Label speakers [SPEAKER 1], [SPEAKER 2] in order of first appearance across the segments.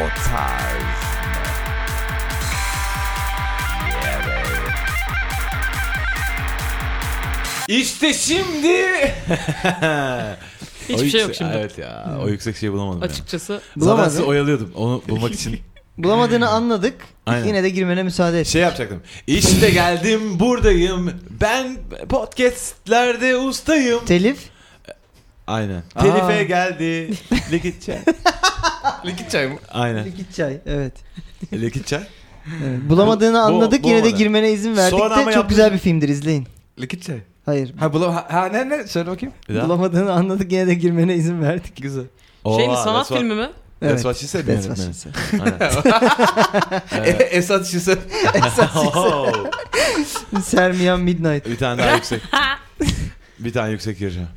[SPEAKER 1] O tarz
[SPEAKER 2] İşte şimdi.
[SPEAKER 3] Hiçbir şey yok şimdi.
[SPEAKER 2] Evet ya o yüksek şeyi bulamadım ya.
[SPEAKER 3] Açıkçası
[SPEAKER 2] Zaten
[SPEAKER 4] Bulamadın.
[SPEAKER 2] sizi oyalıyordum onu bulmak için.
[SPEAKER 4] Bulamadığını anladık.
[SPEAKER 2] Aynen.
[SPEAKER 4] Yine de girmene müsaade et.
[SPEAKER 2] Şey yapacaktım. İşte geldim buradayım. Ben podcastlerde ustayım.
[SPEAKER 4] Telif.
[SPEAKER 2] Aynen.
[SPEAKER 4] Aa.
[SPEAKER 2] Telife geldi. Likit çay.
[SPEAKER 3] Likit çay mı?
[SPEAKER 2] Aynen.
[SPEAKER 4] Likit çay. Evet.
[SPEAKER 2] Likit çay.
[SPEAKER 4] evet. Bulamadığını
[SPEAKER 2] Bu-
[SPEAKER 4] anladık. Yine de
[SPEAKER 2] bulamadı.
[SPEAKER 4] girmene izin verdik
[SPEAKER 2] Sonra
[SPEAKER 4] de
[SPEAKER 2] ama
[SPEAKER 4] çok
[SPEAKER 2] yaptın-
[SPEAKER 4] güzel bir filmdir. izleyin.
[SPEAKER 3] Likit çay.
[SPEAKER 4] Hayır.
[SPEAKER 3] Ha, bulam ha, ha ne ne söyle bakayım.
[SPEAKER 2] Bir daha.
[SPEAKER 4] Bulamadığını anladık. Yine de girmene izin verdik.
[SPEAKER 3] Güzel.
[SPEAKER 2] Oo,
[SPEAKER 3] şey mi sanat
[SPEAKER 2] that's what-
[SPEAKER 3] filmi mi?
[SPEAKER 2] That's
[SPEAKER 4] Evet.
[SPEAKER 2] what she said.
[SPEAKER 4] That's
[SPEAKER 2] yani.
[SPEAKER 4] what she said.
[SPEAKER 2] Aynen.
[SPEAKER 5] E,
[SPEAKER 2] Evet.
[SPEAKER 3] Esat Şise.
[SPEAKER 2] Oo.
[SPEAKER 4] Sermiyan Midnight.
[SPEAKER 2] Bir tane daha yüksek. Bir tane yüksek gireceğim.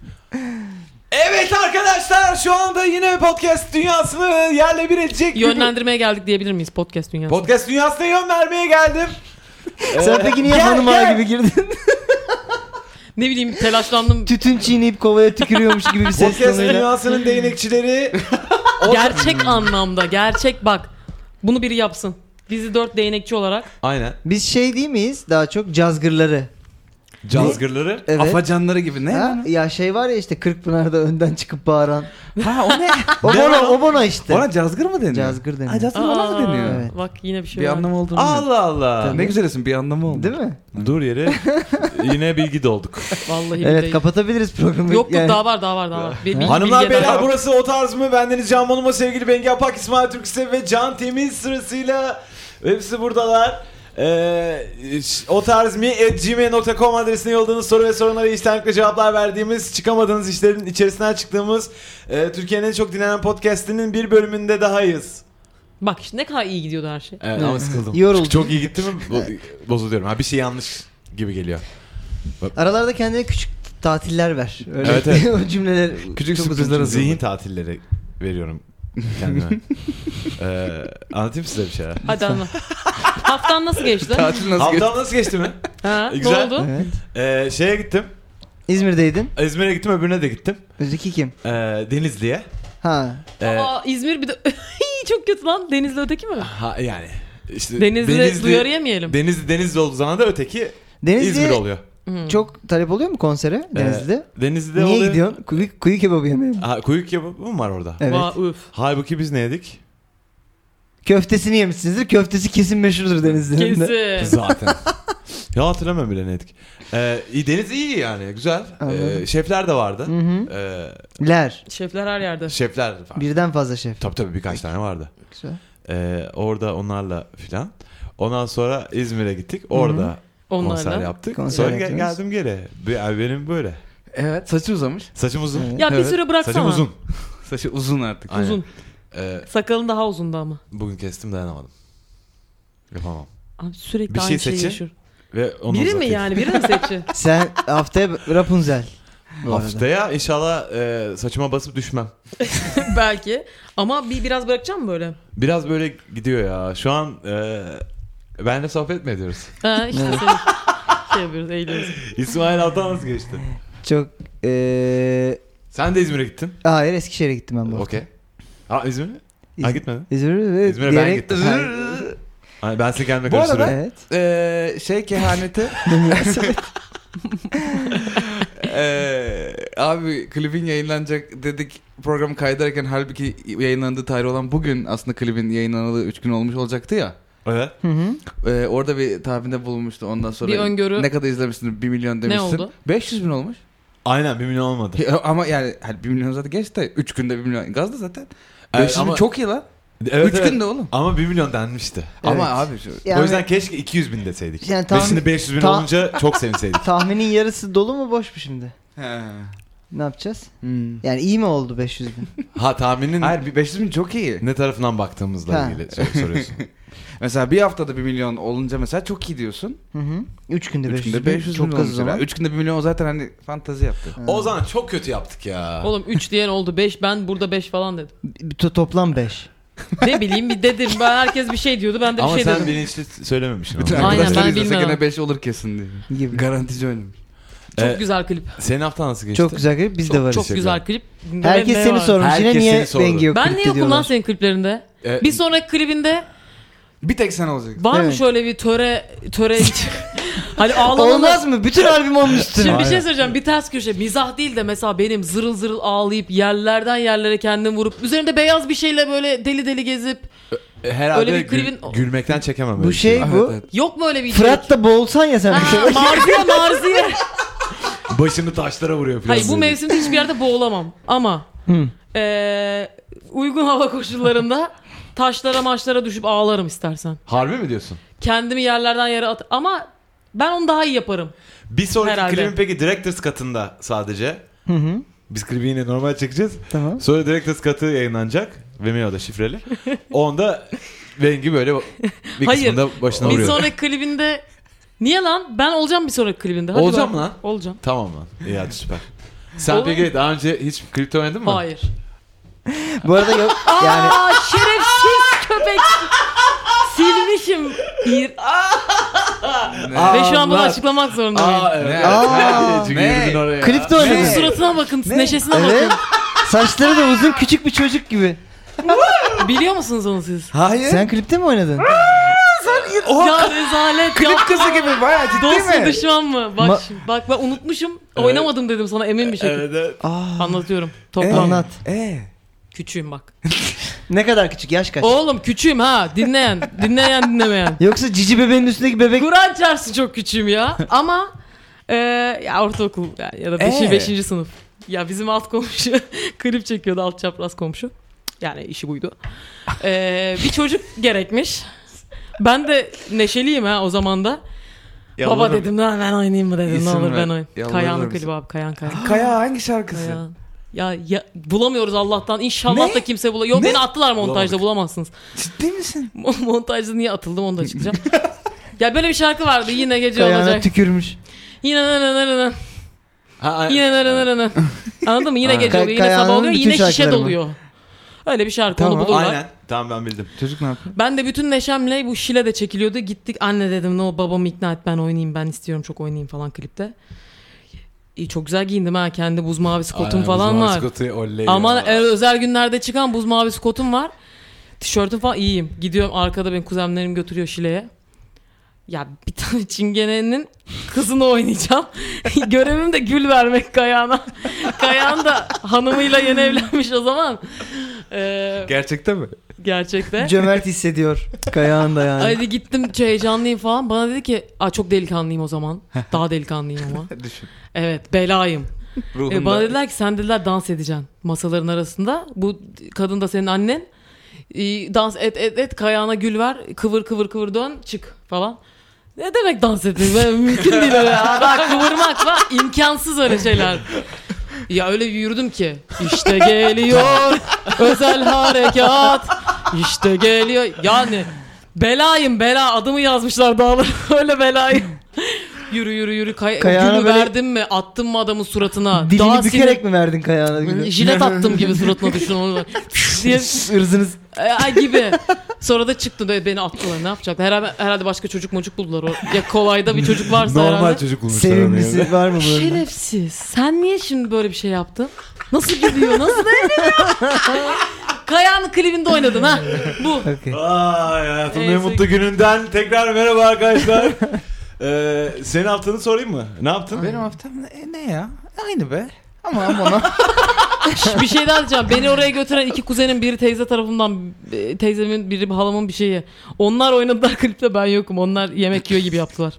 [SPEAKER 2] Evet arkadaşlar şu anda yine podcast dünyasını yerle bir edecek gibi-
[SPEAKER 3] Yönlendirmeye geldik diyebilir miyiz podcast dünyasına?
[SPEAKER 2] Podcast dünyasına yön vermeye geldim.
[SPEAKER 4] Sen peki niye
[SPEAKER 2] Gel,
[SPEAKER 4] hanım ağa
[SPEAKER 2] gel.
[SPEAKER 4] gibi girdin?
[SPEAKER 3] ne bileyim telaşlandım.
[SPEAKER 4] Tütün çiğneyip kovaya tükürüyormuş gibi bir ses
[SPEAKER 2] Podcast
[SPEAKER 4] tonuyla.
[SPEAKER 2] dünyasının değnekçileri
[SPEAKER 3] gerçek anlamda gerçek bak. Bunu biri yapsın. Bizi dört değnekçi olarak.
[SPEAKER 2] Aynen.
[SPEAKER 4] Biz şey değil miyiz? Daha çok cazgırları.
[SPEAKER 2] Cazgırları.
[SPEAKER 4] Evet.
[SPEAKER 5] Afacanları gibi ne?
[SPEAKER 4] Ha? Ya şey var ya işte Kırkpınar'da önden çıkıp bağıran.
[SPEAKER 5] Ha o ne?
[SPEAKER 4] O
[SPEAKER 2] Ne
[SPEAKER 4] bono,
[SPEAKER 2] o?
[SPEAKER 4] o bono işte.
[SPEAKER 5] Ona cazgır mı deniyor?
[SPEAKER 4] Cazgır deniyor.
[SPEAKER 5] Ha cazgır ona mı
[SPEAKER 3] Aa,
[SPEAKER 5] deniyor?
[SPEAKER 4] Evet.
[SPEAKER 3] Bak yine bir şey
[SPEAKER 5] Bir
[SPEAKER 3] var.
[SPEAKER 5] anlamı olduğunu. bilmiyorum.
[SPEAKER 2] Allah Allah.
[SPEAKER 5] Ne güzel isim bir anlamı oldu.
[SPEAKER 4] Değil mi?
[SPEAKER 2] Dur yere. Yine bilgi dolduk.
[SPEAKER 3] Vallahi
[SPEAKER 4] Evet
[SPEAKER 3] billahi.
[SPEAKER 4] kapatabiliriz
[SPEAKER 3] Yok
[SPEAKER 4] programı.
[SPEAKER 3] yok
[SPEAKER 4] Yani-
[SPEAKER 3] daha var daha var daha var. Bir- bir-
[SPEAKER 2] Hanımlar
[SPEAKER 3] bilgiye
[SPEAKER 2] beyler
[SPEAKER 3] daha-
[SPEAKER 2] burası o tarz mı? Bendeniz Can Bonomo, sevgili Bengi Apak, İsmail Türkse ve Can Temiz sırasıyla hepsi buradalar. Ee, ş- o tarz mi gmail.com adresine yolladığınız soru ve sorunlara içtenlikle cevaplar verdiğimiz çıkamadığınız işlerin içerisinden çıktığımız e, Türkiye'nin en çok dinlenen podcastinin bir bölümünde dahayız.
[SPEAKER 3] Bak işte ne kadar iyi gidiyordu her şey.
[SPEAKER 2] Evet
[SPEAKER 4] ama
[SPEAKER 2] sıkıldım.
[SPEAKER 4] Yoruldum.
[SPEAKER 2] Çok iyi gitti mi bo- bozuluyorum. Ha bir şey yanlış gibi geliyor.
[SPEAKER 4] Aralarda kendine küçük tatiller ver. Öyle
[SPEAKER 2] Evet, evet.
[SPEAKER 4] o cümleler.
[SPEAKER 5] Küçük
[SPEAKER 4] çok uzun
[SPEAKER 5] sürprizler
[SPEAKER 4] çünkü.
[SPEAKER 5] hazırladım.
[SPEAKER 2] Zihin tatilleri veriyorum kendime. ee, anlatayım size bir şeyler.
[SPEAKER 3] Hadi anla. Haftan nasıl geçti?
[SPEAKER 5] Tatil nasıl geçti?
[SPEAKER 2] Haftam nasıl geçti mi?
[SPEAKER 3] ha, ne
[SPEAKER 2] Güzel.
[SPEAKER 3] oldu?
[SPEAKER 4] Evet.
[SPEAKER 2] Ee, şeye gittim.
[SPEAKER 4] İzmir'deydin.
[SPEAKER 2] İzmir'e gittim öbürüne de gittim.
[SPEAKER 4] Özeki kim?
[SPEAKER 2] Ee, Denizli'ye.
[SPEAKER 4] Ha.
[SPEAKER 2] Ee,
[SPEAKER 3] Aa, İzmir bir de Hii, çok kötü lan. Denizli öteki mi?
[SPEAKER 2] ha, yani. işte
[SPEAKER 3] Denizli, duyarı yemeyelim.
[SPEAKER 2] Denizli Denizli olduğu zaman da öteki
[SPEAKER 4] Denizli
[SPEAKER 2] İzmir oluyor.
[SPEAKER 3] Hmm.
[SPEAKER 4] çok talep oluyor mu konsere
[SPEAKER 2] Ee,
[SPEAKER 4] Denizli'de?
[SPEAKER 2] Denizli'de
[SPEAKER 4] Niye
[SPEAKER 2] oluyor.
[SPEAKER 4] gidiyorsun? Kuyu, kuyu kebabı yemeye mi?
[SPEAKER 2] Ha, kuyruk kebabı mı var orada?
[SPEAKER 4] Evet.
[SPEAKER 3] Vay, üf.
[SPEAKER 2] Halbuki biz ne yedik?
[SPEAKER 4] Köftesini yemişsinizdir. Köftesi kesin meşhurdur Denizli'nin de.
[SPEAKER 3] Kesin.
[SPEAKER 2] Zaten. ya hatırlamıyorum bile ne yedik. Ee, iyi, deniz iyi yani güzel. Ee,
[SPEAKER 4] Anladım.
[SPEAKER 2] şefler de vardı.
[SPEAKER 4] Hı hı.
[SPEAKER 2] Ee,
[SPEAKER 4] Ler.
[SPEAKER 3] Şefler her yerde.
[SPEAKER 2] şefler falan.
[SPEAKER 4] Birden fazla şef.
[SPEAKER 2] Tabii tabii birkaç tane vardı.
[SPEAKER 4] Güzel.
[SPEAKER 2] Ee, orada onlarla filan. Ondan sonra İzmir'e gittik. Orada konser
[SPEAKER 3] Onlarla.
[SPEAKER 2] yaptık.
[SPEAKER 4] Konser
[SPEAKER 2] sonra ge-
[SPEAKER 4] yaptınız.
[SPEAKER 2] geldim geri. Bir- yani benim böyle.
[SPEAKER 5] Evet saçı uzamış.
[SPEAKER 2] Saçım uzun.
[SPEAKER 4] Evet.
[SPEAKER 3] Ya bir
[SPEAKER 5] Evet.
[SPEAKER 3] süre bıraksana.
[SPEAKER 2] Saçım uzun.
[SPEAKER 5] Saçı uzun artık.
[SPEAKER 2] Aynen.
[SPEAKER 3] Uzun.
[SPEAKER 2] Ee,
[SPEAKER 3] Sakalın daha uzundu ama.
[SPEAKER 2] bugün kestim dayanamadım. Yapamam.
[SPEAKER 3] Abi sürekli
[SPEAKER 2] Bir şey
[SPEAKER 3] aynı şeyi
[SPEAKER 2] seçin.
[SPEAKER 3] yaşıyor.
[SPEAKER 2] Ve onu
[SPEAKER 3] Biri mi
[SPEAKER 2] uzatayım.
[SPEAKER 3] yani? Biri mi seçici?
[SPEAKER 4] Sen haftaya Rapunzel. Bu arada.
[SPEAKER 2] Haftaya inşallah e, saçıma basıp düşmem.
[SPEAKER 3] Belki. Ama bir biraz bırakacağım mı böyle?
[SPEAKER 2] Biraz böyle gidiyor ya. Şu an e, benle sohbet mi ediyoruz?
[SPEAKER 3] Ha işte seni şey yapıyoruz, eğleniyoruz.
[SPEAKER 2] İsmail Altan nasıl geçti?
[SPEAKER 4] Çok eee
[SPEAKER 2] Sen de İzmir'e gittin.
[SPEAKER 4] hayır Eskişehir'e gittim ben bu. hafta.
[SPEAKER 2] Okey. Ha İzmir mi? Ha
[SPEAKER 4] İzmir.
[SPEAKER 2] gitmedin.
[SPEAKER 4] İzmir'e,
[SPEAKER 2] İzmir'e ben
[SPEAKER 4] diyerek-
[SPEAKER 2] gittim.
[SPEAKER 4] Hayır.
[SPEAKER 2] Hani ben seni kendime
[SPEAKER 5] Bu arada-
[SPEAKER 2] karıştırıyorum.
[SPEAKER 4] Evet.
[SPEAKER 5] Ee, şey kehaneti. Ee, abi klibin yayınlanacak dedik program kaydederken halbuki yayınlandığı tarih olan bugün aslında klibin yayınlanalı 3 gün olmuş olacaktı ya.
[SPEAKER 2] Evet.
[SPEAKER 4] Hı hı.
[SPEAKER 5] Ee, orada bir tahminde bulunmuştu ondan sonra.
[SPEAKER 3] Bir öngörü.
[SPEAKER 5] Ne kadar izlemişsin? 1 milyon demişsin.
[SPEAKER 3] oldu?
[SPEAKER 5] 500 bin olmuş.
[SPEAKER 2] Aynen bir milyon olmadı.
[SPEAKER 5] Ya Ama yani hani 1 milyon zaten geçti de 3 günde 1 milyon gazda zaten.
[SPEAKER 2] Evet,
[SPEAKER 5] 500 bin
[SPEAKER 2] E, ama-
[SPEAKER 5] çok iyi lan.
[SPEAKER 2] 3
[SPEAKER 5] 3 günde oğlum.
[SPEAKER 2] Ama 1 milyon denmişti.
[SPEAKER 5] Ama
[SPEAKER 4] Evet.
[SPEAKER 5] abi şu-
[SPEAKER 4] Yani
[SPEAKER 2] o yüzden keşke 200 bin deseydik.
[SPEAKER 4] Yani
[SPEAKER 2] Yani
[SPEAKER 4] tam-
[SPEAKER 2] Şimdi 500 bin
[SPEAKER 4] tam-
[SPEAKER 2] olunca çok sevinseydik.
[SPEAKER 4] tahminin yarısı dolu mu boş mu şimdi?
[SPEAKER 5] He.
[SPEAKER 4] Ne yapacağız?
[SPEAKER 5] Hmm.
[SPEAKER 4] Yani iyi mi oldu 500 bin?
[SPEAKER 2] Ha tahminin
[SPEAKER 5] Hayır bir 500 bin çok iyi.
[SPEAKER 2] ne tarafından baktığımızla
[SPEAKER 4] Ha.
[SPEAKER 2] ilgili sor- soruyorsun.
[SPEAKER 5] Mesela bir haftada 1 milyon olunca mesela çok iyi diyorsun.
[SPEAKER 4] Hı hı. 3 günde
[SPEAKER 5] 3
[SPEAKER 4] 500
[SPEAKER 5] günde
[SPEAKER 4] bin.
[SPEAKER 5] 500 bin
[SPEAKER 4] Çok az
[SPEAKER 5] olmuş.
[SPEAKER 4] o zaman.
[SPEAKER 5] 3 günde 1 milyon o zaten hani fantazi yaptı.
[SPEAKER 2] o zaman çok kötü yaptık ya.
[SPEAKER 3] Oğlum 3 diyen oldu 5 ben burada 5 falan dedim.
[SPEAKER 4] Bir to- toplam 5.
[SPEAKER 3] Ne bileyim bir dedim ben herkes bir şey diyordu ben de bir
[SPEAKER 2] Ama
[SPEAKER 3] şey
[SPEAKER 2] sen
[SPEAKER 3] dedim.
[SPEAKER 2] bilinçli söylememişsin.
[SPEAKER 5] Bütün
[SPEAKER 2] onu.
[SPEAKER 3] Aynen,
[SPEAKER 5] arkadaşlar
[SPEAKER 3] ben
[SPEAKER 5] izlese
[SPEAKER 3] bilmiyorum.
[SPEAKER 5] gene 5 olur kesin diye.
[SPEAKER 4] Gibi.
[SPEAKER 5] Garantici oynamış.
[SPEAKER 3] Çok
[SPEAKER 2] Ee,
[SPEAKER 3] güzel klip.
[SPEAKER 2] Senin haftan nasıl geçti?
[SPEAKER 4] Çok güzel klip. Biz de varız.
[SPEAKER 3] Çok
[SPEAKER 2] Teşekkürler.
[SPEAKER 3] güzel klip. Ne-
[SPEAKER 4] Herkes
[SPEAKER 3] ne
[SPEAKER 4] seni
[SPEAKER 3] var?
[SPEAKER 4] sormuş. Yine
[SPEAKER 2] Herkes
[SPEAKER 4] niye
[SPEAKER 2] seni sordu.
[SPEAKER 4] Bengi yok
[SPEAKER 3] Ben
[SPEAKER 4] klipte
[SPEAKER 3] ne yokum lan
[SPEAKER 4] diyorlar.
[SPEAKER 3] senin kliplerinde?
[SPEAKER 5] E,
[SPEAKER 3] Bir sonraki klibinde
[SPEAKER 5] bir tek sen olacaksın.
[SPEAKER 3] var mı
[SPEAKER 4] Evet.
[SPEAKER 3] şöyle bir töre töre hani ağlamalı.
[SPEAKER 4] Olmaz mı? Bütün albüm olmuştur.
[SPEAKER 3] Şimdi bir
[SPEAKER 2] Aynen.
[SPEAKER 3] şey söyleyeceğim. Bir ters köşe. Mizah değil de mesela benim zırıl zırıl ağlayıp yerlerden yerlere kendim vurup üzerinde beyaz bir şeyle böyle deli deli gezip
[SPEAKER 2] e, Herhalde
[SPEAKER 3] Öyle bir klibin-
[SPEAKER 2] gül- gülmekten çekemem. öyle
[SPEAKER 4] Bu
[SPEAKER 2] bir şey.
[SPEAKER 4] şey bu.
[SPEAKER 5] Evet,
[SPEAKER 3] yok mu öyle bir içerik?
[SPEAKER 4] Fırat da boğulsan ya sen. bir şey.
[SPEAKER 3] Ha, marziye marziye.
[SPEAKER 2] Başını taşlara vuruyor falan.
[SPEAKER 3] Hayır bu
[SPEAKER 2] böyle.
[SPEAKER 3] mevsimde hiçbir yerde boğulamam. Ama
[SPEAKER 4] Hı.
[SPEAKER 3] eee, uygun hava koşullarında taşlara maçlara düşüp ağlarım istersen.
[SPEAKER 2] Harbi mi diyorsun?
[SPEAKER 3] Kendimi yerlerden yere at. Ama ben onu daha iyi yaparım.
[SPEAKER 2] Bir sonraki
[SPEAKER 3] Herhalde.
[SPEAKER 2] klibin peki Directors Cut'ında sadece.
[SPEAKER 4] Hı hı.
[SPEAKER 2] Biz klibi yine normal çekeceğiz.
[SPEAKER 4] Tamam.
[SPEAKER 2] Sonra Directors Cut'ı yayınlanacak. Vimeo'da şifreli. Onda Bengi böyle bir
[SPEAKER 3] Hayır.
[SPEAKER 2] kısmında başına
[SPEAKER 3] Bir
[SPEAKER 2] vuruyor.
[SPEAKER 3] sonraki klibinde Niye lan? Ben olacağım bir sonraki klibinde. Hadi
[SPEAKER 2] Olacağım
[SPEAKER 3] bak.
[SPEAKER 2] lan.
[SPEAKER 3] Olacağım.
[SPEAKER 2] Tamam lan. İyi hadi süper. Sen
[SPEAKER 3] Oğlum-
[SPEAKER 2] peki daha önce hiç kripto oynadın mı?
[SPEAKER 3] Hayır.
[SPEAKER 4] Bu arada yok yani
[SPEAKER 3] Aa şerefsiz köpek. Silmişim. Bir... Ve şu an bunu
[SPEAKER 2] Allah.
[SPEAKER 3] açıklamak zorundayım.
[SPEAKER 2] Aa evet.
[SPEAKER 5] Ne?
[SPEAKER 4] Aa.
[SPEAKER 2] Çünkü
[SPEAKER 5] Ne?
[SPEAKER 2] yürüdün oraya.
[SPEAKER 4] klip de
[SPEAKER 3] Şunun
[SPEAKER 4] oynadı.
[SPEAKER 3] suratına bakın, neşesine
[SPEAKER 4] Evet.
[SPEAKER 3] bakın.
[SPEAKER 4] Saçları da uzun küçük bir çocuk gibi.
[SPEAKER 3] Biliyor musunuz onu siz?
[SPEAKER 5] Hayır.
[SPEAKER 4] Sen klipte mi oynadın?
[SPEAKER 3] ya rezalet ya.
[SPEAKER 5] klip kızı gibi bayağı ciddi
[SPEAKER 3] Dost mu
[SPEAKER 5] mi?
[SPEAKER 3] düşman mı? Bak,
[SPEAKER 4] Ma-
[SPEAKER 3] şimdi, bak ben unutmuşum. Oynamadım dedim sana emin bir şekilde.
[SPEAKER 2] Evet, evet.
[SPEAKER 4] Aa,
[SPEAKER 3] Anlatıyorum.
[SPEAKER 5] E,
[SPEAKER 3] Toplam.
[SPEAKER 4] Anlat.
[SPEAKER 5] E.
[SPEAKER 3] Küçüğüm bak.
[SPEAKER 4] ne kadar küçük yaş kaç?
[SPEAKER 3] Oğlum küçüğüm ha. Dinleyen. Dinleyen dinlemeyen.
[SPEAKER 4] Yoksa cici bebeğin üstündeki bebek
[SPEAKER 3] Kur'an çarpsın çok küçüğüm ya. Ama e, ya ortaokul ya, ya da 5.
[SPEAKER 5] Ee?
[SPEAKER 3] 5. sınıf. Ya bizim alt komşu klip çekiyordu alt çapraz komşu. Yani işi buydu. E, bir çocuk gerekmiş. Ben de neşeliyim ha o zaman da. Baba
[SPEAKER 5] Yalvarırım.
[SPEAKER 3] dedim lan ben oynayayım mı dedim. Ne
[SPEAKER 5] İsim
[SPEAKER 3] olur
[SPEAKER 5] ver.
[SPEAKER 3] ben oynayayım.
[SPEAKER 5] Yalvarırım Ah,
[SPEAKER 3] Kayan'ın
[SPEAKER 5] bize.
[SPEAKER 3] klibi abi Kayan Kayan.
[SPEAKER 5] Kaya hangi şarkısı?
[SPEAKER 3] Ya, ya, ya bulamıyoruz Allah'tan. İnşallah
[SPEAKER 5] Ne?
[SPEAKER 3] da kimse bulamaz. Yok
[SPEAKER 5] Ne?
[SPEAKER 3] beni attılar montajda
[SPEAKER 2] Bulamadık.
[SPEAKER 3] bulamazsınız.
[SPEAKER 5] Ciddi misin?
[SPEAKER 3] Mon- montajda niye atıldım onu da açıklayacağım. ya böyle bir şarkı vardı yine gece
[SPEAKER 4] kayağına
[SPEAKER 3] olacak.
[SPEAKER 4] tükürmüş.
[SPEAKER 3] Yine nara nara nara.
[SPEAKER 2] Ha,
[SPEAKER 3] Yine nara nara nara. Anladın mı? Yine
[SPEAKER 2] Aynen.
[SPEAKER 3] gece oluyor, yine
[SPEAKER 4] Kayahan'ın
[SPEAKER 3] sabah oluyor,
[SPEAKER 4] bütün
[SPEAKER 3] yine şişe
[SPEAKER 4] şarkıları mı?
[SPEAKER 3] doluyor. Öyle bir şarkı onu
[SPEAKER 5] Tamam,
[SPEAKER 3] bulurlar.
[SPEAKER 2] Aynen. Tamam ben bildim.
[SPEAKER 5] Çocuk ne yapıyor?
[SPEAKER 3] Ben de bütün neşemle bu Şile de çekiliyordu. Gittik anne dedim ne o babamı ikna et ben oynayayım ben istiyorum çok oynayayım falan klipte. İyi, çok güzel giyindim ha kendi buz mavisi kotum falan var. Ama e, özel günlerde çıkan buz mavisi kotum var. Tişörtüm falan iyiyim. Gidiyorum arkada benim kuzenlerim götürüyor Şile'ye. Ya bir tane çingenenin kızını oynayacağım. Görevim de gül vermek Kayahan'a. Kayahan da hanımıyla yeni evlenmiş o zaman. Ee,
[SPEAKER 5] Gerçekten mi?
[SPEAKER 3] gerçekte.
[SPEAKER 4] Cömert hissediyor kayağında yani.
[SPEAKER 3] Hadi gittim şey, heyecanlıyım falan. Bana dedi ki Aa, çok delikanlıyım o zaman. Daha delikanlıyım ama.
[SPEAKER 5] Düşün.
[SPEAKER 3] Evet belayım.
[SPEAKER 5] Ruhunda.
[SPEAKER 3] E, bana dediler ki sen dediler dans edeceksin masaların arasında. Bu kadın da senin annen. E, dans et et et kayağına gül ver. Kıvır kıvır kıvır dön çık falan. Ne demek dans etmek? Ben- mümkün değil öyle. Ha, Bak kıvırmak falan imkansız öyle şeyler. Ya öyle bir yürüdüm ki işte geliyor özel harekat işte geliyor yani belayım bela adımı yazmışlar dağlara öyle belayım. Yürü yürü yürü kay-
[SPEAKER 4] Kayağına
[SPEAKER 3] gülü
[SPEAKER 4] böyle-
[SPEAKER 3] verdin mi attın mı adamın suratına
[SPEAKER 4] Dilini
[SPEAKER 3] Daha
[SPEAKER 4] bükerek mi verdin kayağına?
[SPEAKER 3] sinir-
[SPEAKER 4] Gülüm?
[SPEAKER 3] jilet attım gibi suratına düşün onu da. diye
[SPEAKER 4] Irzınız
[SPEAKER 3] e, ay gibi. Sonra da çıktı da beni attılar ne yapacaklar herhalde, herhalde başka çocuk mocuk buldular o. Ya kolayda bir çocuk varsa herhalde.
[SPEAKER 2] çocuk
[SPEAKER 4] sevimlisi var mı böyle?
[SPEAKER 3] Şerefsiz. Sen niye şimdi böyle bir şey yaptın? Nasıl gidiyor? Nasıl Kayağın klibinde oynadın ha. Bu.
[SPEAKER 4] Okay.
[SPEAKER 2] Vay hayatımın en
[SPEAKER 3] Neyse.
[SPEAKER 2] mutlu gününden tekrar merhaba arkadaşlar. ee, senin haftanı sorayım mı? Ne yaptın?
[SPEAKER 5] Benim haftam ne, e, ne ya? Aynı be. Ama ama
[SPEAKER 3] Şş, bir şey daha diyeceğim. Beni oraya götüren iki kuzenim biri teyze tarafından e, teyzemin biri halamın bir şeyi. Onlar oynadılar klipte ben yokum. Onlar yemek yiyor gibi yaptılar.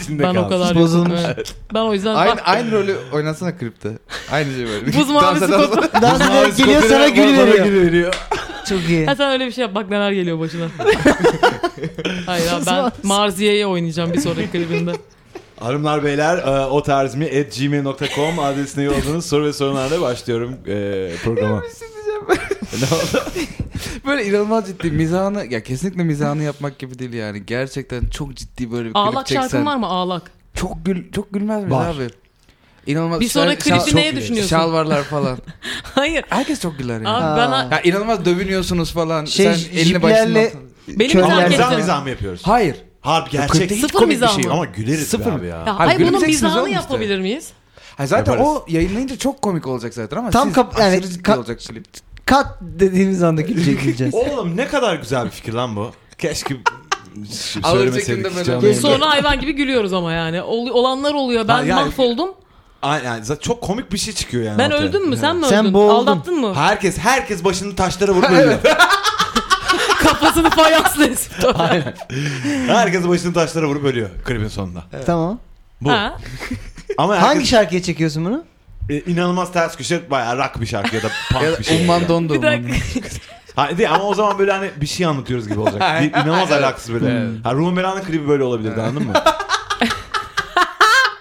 [SPEAKER 2] İçinde
[SPEAKER 3] Ben o
[SPEAKER 2] kaldın.
[SPEAKER 3] kadar yokum.
[SPEAKER 4] Bozulmuş.
[SPEAKER 3] Evet. Ben o yüzden
[SPEAKER 5] aynı,
[SPEAKER 3] bak,
[SPEAKER 5] aynı rolü oynasana kripte. Aynı şey böyle.
[SPEAKER 3] Buz mavisi
[SPEAKER 5] Dans edersen-
[SPEAKER 3] kotu.
[SPEAKER 4] Dans ederek geliyor sana
[SPEAKER 2] Bana-
[SPEAKER 4] gül
[SPEAKER 2] bana
[SPEAKER 4] veriyor.
[SPEAKER 2] gül veriyor.
[SPEAKER 4] Çok iyi.
[SPEAKER 3] Ha sen öyle bir şey yap. Bak neler geliyor başına. Hayır abi, ben Marziye'ye oynayacağım bir sonraki klibimde.
[SPEAKER 2] Hanımlar beyler e, o tarz mi at gmail.com adresine yolladığınız soru ve sorunlarla başlıyorum e, programa.
[SPEAKER 3] şey
[SPEAKER 2] ne oldu?
[SPEAKER 5] Böyle inanılmaz ciddi mizahını ya kesinlikle mizahını yapmak gibi değil yani. Gerçekten çok ciddi böyle bir klip
[SPEAKER 3] Ağlak
[SPEAKER 5] çeksen.
[SPEAKER 3] şarkın var mı? Ağlak.
[SPEAKER 5] Çok gül çok gülmez miyiz
[SPEAKER 2] Var.
[SPEAKER 5] abi? İnanılmaz.
[SPEAKER 3] Bir
[SPEAKER 5] şal-
[SPEAKER 3] sonraki
[SPEAKER 5] şal-
[SPEAKER 3] klibi
[SPEAKER 5] çok
[SPEAKER 3] neye
[SPEAKER 5] güler.
[SPEAKER 3] düşünüyorsun?
[SPEAKER 5] Şalvarlar falan.
[SPEAKER 3] Hayır.
[SPEAKER 5] Herkes çok güler yani.
[SPEAKER 3] Abi
[SPEAKER 4] Ha.
[SPEAKER 3] ben
[SPEAKER 5] Ya inanılmaz dövünüyorsunuz falan.
[SPEAKER 4] Şey,
[SPEAKER 5] Sen elini başına
[SPEAKER 4] jiplerle-
[SPEAKER 5] atın.
[SPEAKER 3] Benim
[SPEAKER 4] Körler-
[SPEAKER 2] Ama
[SPEAKER 3] fark
[SPEAKER 2] mizah
[SPEAKER 3] ettim.
[SPEAKER 2] mizah mı yapıyoruz?
[SPEAKER 5] Hayır.
[SPEAKER 2] Harbi
[SPEAKER 5] klipte
[SPEAKER 2] gerçek.
[SPEAKER 5] hiç
[SPEAKER 3] Sıfır
[SPEAKER 5] komik bir
[SPEAKER 3] mizah mı?
[SPEAKER 2] Ama güleriz
[SPEAKER 5] Sıfır
[SPEAKER 2] be
[SPEAKER 5] mı?
[SPEAKER 2] abi ya.
[SPEAKER 3] Ya
[SPEAKER 5] Hayır,
[SPEAKER 3] hayır bunun
[SPEAKER 5] güleceksiniz
[SPEAKER 3] mizahını
[SPEAKER 5] oğlum işte.
[SPEAKER 3] yapabilir miyiz?
[SPEAKER 5] Ha, zaten
[SPEAKER 2] Yaparız.
[SPEAKER 5] o yayınlayınca çok komik olacak zaten ama
[SPEAKER 4] Tam
[SPEAKER 5] siz
[SPEAKER 4] kap- yani
[SPEAKER 5] aşırı ciddi
[SPEAKER 4] ka-
[SPEAKER 5] olacak klip.
[SPEAKER 4] kat dediğimiz anda güleceğiz güleceğiz.
[SPEAKER 2] Oğlum ne kadar güzel bir fikir lan bu. Keşke
[SPEAKER 5] Alırcek'in de
[SPEAKER 2] söylemeseydik.
[SPEAKER 5] böyle-
[SPEAKER 2] hiç canlı yayında.
[SPEAKER 3] Sonra hayvan gibi gülüyoruz ama yani. Ol- olanlar oluyor. Ben
[SPEAKER 2] Ha, yani-
[SPEAKER 3] mahvoldum.
[SPEAKER 2] Aynen yani zaten çok komik bir şey çıkıyor yani.
[SPEAKER 3] Ben
[SPEAKER 2] ortaya.
[SPEAKER 3] öldüm mü? Sen mi
[SPEAKER 4] Sen
[SPEAKER 3] öldün?
[SPEAKER 4] boğuldun.
[SPEAKER 3] Aldattın mı?
[SPEAKER 2] Herkes herkes başını taşlara vurup ölüyor.
[SPEAKER 3] Kafasını fayansla ezip döver.
[SPEAKER 2] herkes başını taşlara vurup ölüyor klibin sonunda.
[SPEAKER 4] Tamam.
[SPEAKER 2] Bu.
[SPEAKER 3] Ha?
[SPEAKER 2] Ama herkes
[SPEAKER 4] Hangi şarkıya çekiyorsun bunu?
[SPEAKER 2] e, inanılmaz ters köşe bayağı rock bir şarkı ya da
[SPEAKER 5] Ya
[SPEAKER 2] punk bir
[SPEAKER 5] da
[SPEAKER 2] şey.
[SPEAKER 5] Umman Dondo.
[SPEAKER 3] Bir dakika.
[SPEAKER 2] Ha, değil, ama o zaman böyle hani bir şey anlatıyoruz gibi olacak. Bir, inanılmaz alakasız böyle.
[SPEAKER 5] Evet.
[SPEAKER 2] Ha, Rumen Belan'ın klibi böyle olabilirdi anladın mı?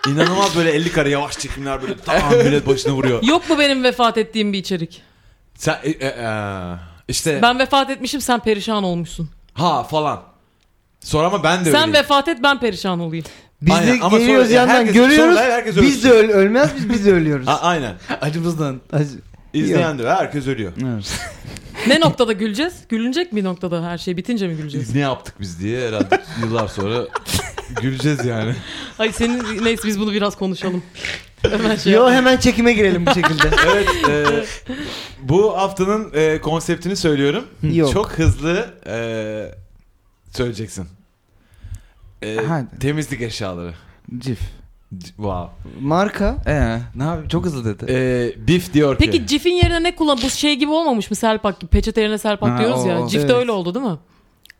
[SPEAKER 2] İnanılmaz böyle 50 kare yavaş çekimler böyle tamam millet başına vuruyor.
[SPEAKER 3] Yok mu benim vefat ettiğim bir içerik?
[SPEAKER 2] Sen e, e, e, işte
[SPEAKER 3] Ben vefat etmişim sen perişan olmuşsun.
[SPEAKER 2] ha falan. Sonra ama ben de
[SPEAKER 3] Sen
[SPEAKER 2] öyleyim.
[SPEAKER 3] vefat et ben perişan olayım.
[SPEAKER 4] Biz
[SPEAKER 2] Aynen,
[SPEAKER 4] de
[SPEAKER 2] ama
[SPEAKER 4] geliyoruz
[SPEAKER 2] sonra-
[SPEAKER 4] yandan
[SPEAKER 2] herkes-
[SPEAKER 4] görüyoruz.
[SPEAKER 2] sonra herkes
[SPEAKER 4] biz de öl- ölmez biz biz de ölüyoruz.
[SPEAKER 2] A- aynen.
[SPEAKER 5] Acımızdan.
[SPEAKER 4] Az-
[SPEAKER 2] İzleyen de herkes ölüyor.
[SPEAKER 3] Ne noktada güleceğiz? Gülünecek mi noktada her şey bitince mi güleceğiz?
[SPEAKER 2] Biz ne yaptık biz diye herhalde yıllar sonra güleceğiz yani.
[SPEAKER 3] Ay senin neyse biz bunu biraz konuşalım. Hemen şey
[SPEAKER 4] Yo
[SPEAKER 3] yapalım.
[SPEAKER 4] hemen çekime girelim bu şekilde.
[SPEAKER 2] Evet. e, bu haftanın e, konseptini söylüyorum.
[SPEAKER 4] Yok.
[SPEAKER 2] Çok hızlı e, söyleyeceksin. E,
[SPEAKER 5] Hadi.
[SPEAKER 2] temizlik eşyaları.
[SPEAKER 5] Cif.
[SPEAKER 2] C- Wow.
[SPEAKER 4] Marka.
[SPEAKER 5] Ee, ne yapayım? Çok hızlı dedi.
[SPEAKER 2] E, Bif diyor ki.
[SPEAKER 3] Peki cifin yerine ne kullan? Bu şey gibi olmamış mı? Selpak gibi. Peçete yerine selpak
[SPEAKER 5] Ha,
[SPEAKER 3] diyoruz ya.
[SPEAKER 5] o-
[SPEAKER 3] Cif
[SPEAKER 4] evet.
[SPEAKER 3] de öyle oldu değil mi?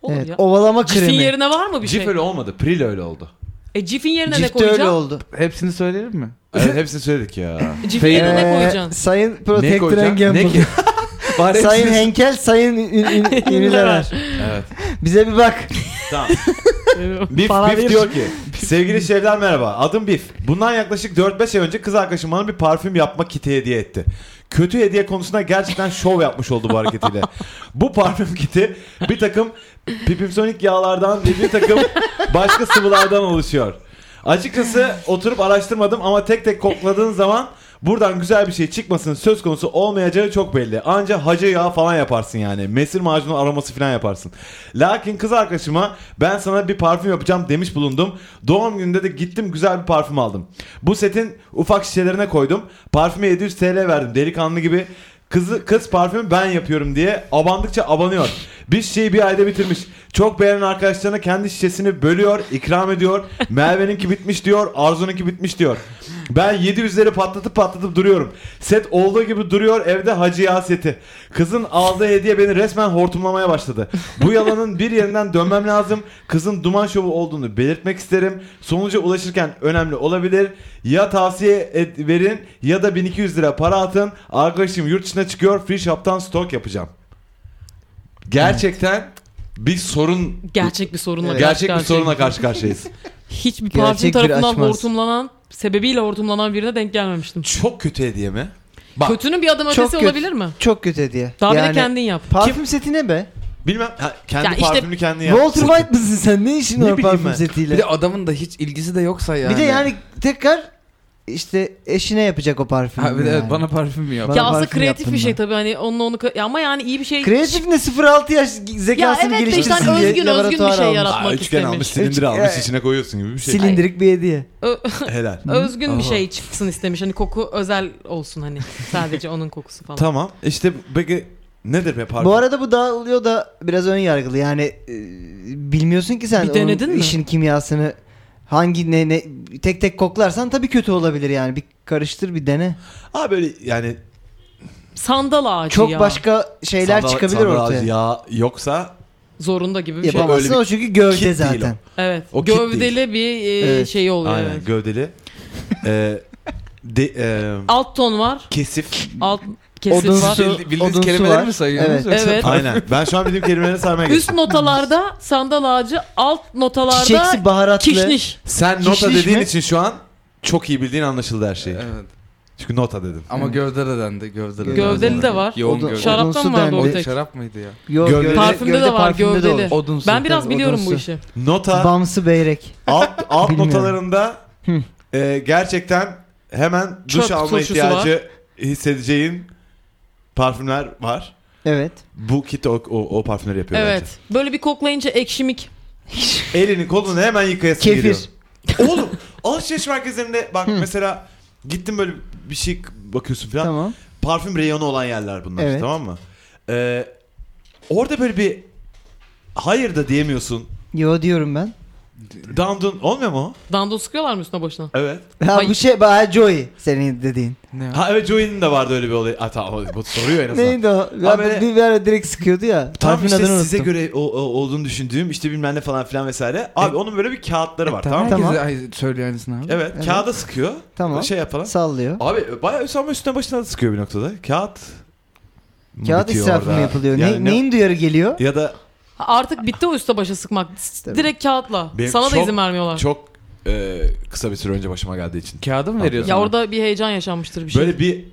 [SPEAKER 3] Olur
[SPEAKER 4] Evet,
[SPEAKER 3] ya.
[SPEAKER 4] ovalama
[SPEAKER 3] Cifin
[SPEAKER 4] kremi.
[SPEAKER 3] yerine var mı bir
[SPEAKER 2] Cif
[SPEAKER 3] şey?
[SPEAKER 2] öyle olmadı. Pril öyle oldu.
[SPEAKER 3] E cifin yerine ne
[SPEAKER 4] Cifte öyle
[SPEAKER 3] koyacaksın?
[SPEAKER 4] oldu.
[SPEAKER 5] Hepsini söyleyelim mi?
[SPEAKER 2] Evet, hepsini söyledik ya.
[SPEAKER 3] Cifin yerine ne
[SPEAKER 4] Ee,
[SPEAKER 3] koyacaksın?
[SPEAKER 4] Sayın Protector
[SPEAKER 5] koyacaksın?
[SPEAKER 4] and
[SPEAKER 5] Ne
[SPEAKER 4] Gamble.
[SPEAKER 5] ki? Bari
[SPEAKER 4] sayın
[SPEAKER 5] hepsini-
[SPEAKER 4] Henkel, Sayın Ün- Ün- Ünlüler.
[SPEAKER 2] Evet.
[SPEAKER 4] Bize bir bak.
[SPEAKER 2] Tamam. Bif,
[SPEAKER 3] Para
[SPEAKER 2] Bif
[SPEAKER 3] bir-
[SPEAKER 2] diyor ki sevgili şevler merhaba adım Bif. Bundan yaklaşık 4-5 ay önce kız arkadaşım bana bir parfüm yapma kiti hediye etti. Kötü hediye konusunda gerçekten şov yapmış oldu bu hareketiyle. bu parfüm kiti bir takım pipimsonik yağlardan ve bir takım başka sıvılardan oluşuyor. Açıkçası oturup araştırmadım ama tek tek kokladığın zaman buradan güzel bir şey çıkmasının söz konusu olmayacağı çok belli. Anca hacı yağı falan yaparsın yani. Mesir macunu aroması falan yaparsın. Lakin kız arkadaşıma ben sana bir parfüm yapacağım demiş bulundum. Doğum gününde de gittim güzel bir parfüm aldım. Bu setin ufak şişelerine koydum. Parfüme 700 TL verdim delikanlı gibi. Kızı, kız parfümü ben yapıyorum diye abandıkça abanıyor. Bir şeyi bir ayda bitirmiş. Çok beğenen arkadaşlarına kendi şişesini bölüyor, ikram ediyor. Merve'ninki bitmiş diyor, Arzu'nunki bitmiş diyor. Ben 700'leri patlatıp patlatıp duruyorum. Set olduğu gibi duruyor evde Hacı Yağ seti. Kızın aldığı hediye beni resmen hortumlamaya başladı. Bu yalanın bir yerinden dönmem lazım. Kızın duman şovu olduğunu belirtmek isterim. Sonuca ulaşırken önemli olabilir. Ya tavsiye et, verin ya da 1200 lira para atın. Arkadaşım yurt dışına çıkıyor. Free Shop'tan stok yapacağım. Gerçekten bir sorun
[SPEAKER 3] Gerçek bir sorunla karşı
[SPEAKER 2] gerçek bir
[SPEAKER 3] karşıyayım.
[SPEAKER 2] sorunla karşı karşıyayız.
[SPEAKER 3] Hiçbir
[SPEAKER 4] Gerçek
[SPEAKER 3] parfüm
[SPEAKER 4] bir
[SPEAKER 3] tarafından
[SPEAKER 4] açmaz.
[SPEAKER 3] hortumlanan sebebiyle hortumlanan birine denk gelmemiştim.
[SPEAKER 2] Çok kötü hediye mi? Bak
[SPEAKER 3] Kötünün bir adım
[SPEAKER 4] Çok
[SPEAKER 3] ötesi
[SPEAKER 4] kötü.
[SPEAKER 3] olabilir mi?
[SPEAKER 4] Çok kötü hediye.
[SPEAKER 3] Daha bir de kendin yap.
[SPEAKER 4] Parfüm seti ne be?
[SPEAKER 2] bilmem ha, kendi
[SPEAKER 3] Ya işte-
[SPEAKER 2] parfümünü kendi yap.
[SPEAKER 4] Walter White mısın sen? Ne işin
[SPEAKER 2] Ne
[SPEAKER 4] var
[SPEAKER 2] bileyim
[SPEAKER 4] parfüm
[SPEAKER 2] ben.
[SPEAKER 4] setiyle?
[SPEAKER 5] Bir de adamın da hiç ilgisi de yoksa yani.
[SPEAKER 4] Bir de yani tekrar işte eşine yapacak o parfümü.
[SPEAKER 5] Ha, bir de evet,
[SPEAKER 4] yani.
[SPEAKER 5] bana parfüm mü yap?
[SPEAKER 4] Bana
[SPEAKER 3] ya aslında
[SPEAKER 4] parfüm
[SPEAKER 3] kreatif
[SPEAKER 4] yaptım
[SPEAKER 3] bir şey
[SPEAKER 4] ben.
[SPEAKER 3] tabii hani onunla onu ka- ya ama yani iyi bir şey.
[SPEAKER 4] Kreatif ne 0-6 yaş zekasını
[SPEAKER 3] Ya evet de işte hani
[SPEAKER 4] geliştirsin diye
[SPEAKER 3] özgün, özgün bir
[SPEAKER 4] laboratuvara
[SPEAKER 3] şey
[SPEAKER 4] almış.
[SPEAKER 3] yarat-
[SPEAKER 2] Aa,
[SPEAKER 3] atmak
[SPEAKER 2] üçgen
[SPEAKER 3] istemiş.
[SPEAKER 2] almış, silindir
[SPEAKER 4] Üç-
[SPEAKER 2] almış,
[SPEAKER 4] e-
[SPEAKER 2] içine koyuyorsun gibi bir şey.
[SPEAKER 4] Silindirik bir hediye.
[SPEAKER 2] Helal.
[SPEAKER 3] Özgün bir
[SPEAKER 5] Aha.
[SPEAKER 3] şey çıksın istemiş. Hani koku özel olsun hani. Sadece onun kokusu falan.
[SPEAKER 2] Tamam. İşte peki nedir be parfüm?
[SPEAKER 4] Bu arada bu dağılıyor da biraz ön yargılı. Yani e, bilmiyorsun ki sen
[SPEAKER 3] Bir denedin
[SPEAKER 4] onun
[SPEAKER 3] mi?
[SPEAKER 4] işin kimyasını hangi ne ne tek tek koklarsan tabii kötü olabilir yani. Bir karıştır bir dene.
[SPEAKER 2] Aa böyle yani
[SPEAKER 3] Sandal ağacı
[SPEAKER 4] Çok
[SPEAKER 3] ya.
[SPEAKER 4] başka şeyler
[SPEAKER 2] sandal-
[SPEAKER 4] çıkabilir
[SPEAKER 2] sandal
[SPEAKER 4] ortaya.
[SPEAKER 2] ağacı Ya yoksa
[SPEAKER 3] Zorunda gibi bir şey.
[SPEAKER 2] Yapamam.
[SPEAKER 4] Yapamazsın
[SPEAKER 2] Öyle bir
[SPEAKER 4] o çünkü gövde
[SPEAKER 2] kit değil o.
[SPEAKER 4] zaten.
[SPEAKER 3] Evet.
[SPEAKER 2] O kit
[SPEAKER 3] Gövdeli bir e,
[SPEAKER 4] Evet.
[SPEAKER 3] şey oluyor.
[SPEAKER 2] aynen
[SPEAKER 3] evet.
[SPEAKER 2] gövdeli. Ee, de, e,
[SPEAKER 3] Alt ton var.
[SPEAKER 2] kesif.
[SPEAKER 3] Alt kesit
[SPEAKER 4] Odunsu.
[SPEAKER 3] var.
[SPEAKER 5] Bildi- bildiğiniz
[SPEAKER 4] Odunsu
[SPEAKER 5] kelimeleri
[SPEAKER 4] var.
[SPEAKER 5] mi sayıyorsunuz?
[SPEAKER 4] Evet.
[SPEAKER 5] yoksa-
[SPEAKER 3] Evet.
[SPEAKER 2] Aynen. Ben şu an bildiğim kelimeleri saymaya geçtim.
[SPEAKER 3] Üst notalarda sandal ağacı, alt notalarda
[SPEAKER 4] Çiçeksi baharatlı.
[SPEAKER 3] kişniş.
[SPEAKER 2] Sen nota
[SPEAKER 4] Kişniş
[SPEAKER 2] dediğin
[SPEAKER 4] mi?
[SPEAKER 2] için şu an çok iyi bildiğin anlaşıldı her şey.
[SPEAKER 5] Evet.
[SPEAKER 2] Çünkü nota dedim.
[SPEAKER 5] Ama gövde de dendi. Gövde de
[SPEAKER 3] Gövdeli
[SPEAKER 5] dendi.
[SPEAKER 3] de var.
[SPEAKER 5] Yoğun
[SPEAKER 4] Odun-
[SPEAKER 5] gövde.
[SPEAKER 4] Şarap-
[SPEAKER 3] Şaraptan
[SPEAKER 4] Odunsu
[SPEAKER 3] mı vardı
[SPEAKER 4] derdi.
[SPEAKER 5] O
[SPEAKER 3] o tek?
[SPEAKER 5] şarap mıydı ya?
[SPEAKER 4] Yo,
[SPEAKER 2] Gövde-
[SPEAKER 3] Parfümde de var,
[SPEAKER 4] parfümde de
[SPEAKER 3] gövdeli.
[SPEAKER 4] olur.
[SPEAKER 5] Odunsu.
[SPEAKER 3] Ben biraz
[SPEAKER 4] tabii,
[SPEAKER 3] biliyorum bu
[SPEAKER 4] odunsu.
[SPEAKER 3] işi.
[SPEAKER 2] Nota
[SPEAKER 4] Bamsı beyrek.
[SPEAKER 2] alt, alt
[SPEAKER 4] Bilmiyorum.
[SPEAKER 2] notalarında
[SPEAKER 4] Hı.
[SPEAKER 2] e, gerçekten hemen duş
[SPEAKER 3] Çöp
[SPEAKER 2] alma
[SPEAKER 3] turşusu
[SPEAKER 2] ihtiyacı hissedeceğin parfümler var.
[SPEAKER 4] Evet.
[SPEAKER 2] Bu kit o, o, o parfümleri yapıyor
[SPEAKER 3] Evet. Böyle bir koklayınca ekşimik.
[SPEAKER 2] bence. Elini kolunu hemen yıkayasın
[SPEAKER 4] Kefir.
[SPEAKER 2] geliyor. Oğlum alışveriş merkezlerinde bak mesela gittim böyle bir şey bakıyorsun falan.
[SPEAKER 4] Tamam.
[SPEAKER 2] Parfüm reyonu olan yerler bunlar
[SPEAKER 4] Evet.
[SPEAKER 2] tamam mı? Ee, orada böyle bir hayır da diyemiyorsun.
[SPEAKER 4] Yo diyorum ben.
[SPEAKER 2] Dandun olmuyor mu? o?
[SPEAKER 3] Dandol sıkıyorlar mı üstüne başına?
[SPEAKER 2] Evet.
[SPEAKER 4] Ha, bu
[SPEAKER 3] Hayır.
[SPEAKER 4] şey ha, Joey senin dediğin.
[SPEAKER 5] Ne o?
[SPEAKER 2] Ha evet Joey'nin de vardı öyle bir olay. Ha tamam o- bu soruyor en azından.
[SPEAKER 4] Neydi o? Ya,
[SPEAKER 2] Abi-
[SPEAKER 4] bir bir ara direkt sıkıyordu
[SPEAKER 2] Tam
[SPEAKER 4] ya. Tarifin
[SPEAKER 2] işte
[SPEAKER 4] adını
[SPEAKER 2] size
[SPEAKER 4] unuttum.
[SPEAKER 2] göre o- o- olduğunu düşündüğüm işte bilmem ne falan filan vesaire. Abi onun böyle bir kağıtları var tamam mı?
[SPEAKER 4] E, Tamam.
[SPEAKER 5] Herkese ay, söyle aynısını abi.
[SPEAKER 2] Evet,
[SPEAKER 4] Evet.
[SPEAKER 2] kağıda sıkıyor.
[SPEAKER 4] Tamam.
[SPEAKER 2] Şey yapalım.
[SPEAKER 4] Sallıyor.
[SPEAKER 2] Abi bayağı Hüsam üstüne başına da sıkıyor bir noktada. Kağıt mı
[SPEAKER 4] Kağıt
[SPEAKER 2] bitiyor
[SPEAKER 4] israfı mı
[SPEAKER 2] orada?
[SPEAKER 4] yapılıyor? Ne-
[SPEAKER 2] Yani ne-
[SPEAKER 4] neyin duyarı geliyor?
[SPEAKER 2] Ya da
[SPEAKER 3] Ha, Artık bitti o üste başa sıkmak. S-
[SPEAKER 4] Tabii.
[SPEAKER 3] Direkt kağıtla.
[SPEAKER 2] Benim
[SPEAKER 3] Sana da
[SPEAKER 2] çok-
[SPEAKER 3] izin vermiyorlar.
[SPEAKER 2] çok e, kısa bir süre önce başıma geldiği için.
[SPEAKER 5] Kağıda mı veriyorsun?
[SPEAKER 3] ya orada bir heyecan yaşanmıştır bir şey.
[SPEAKER 2] Böyle bir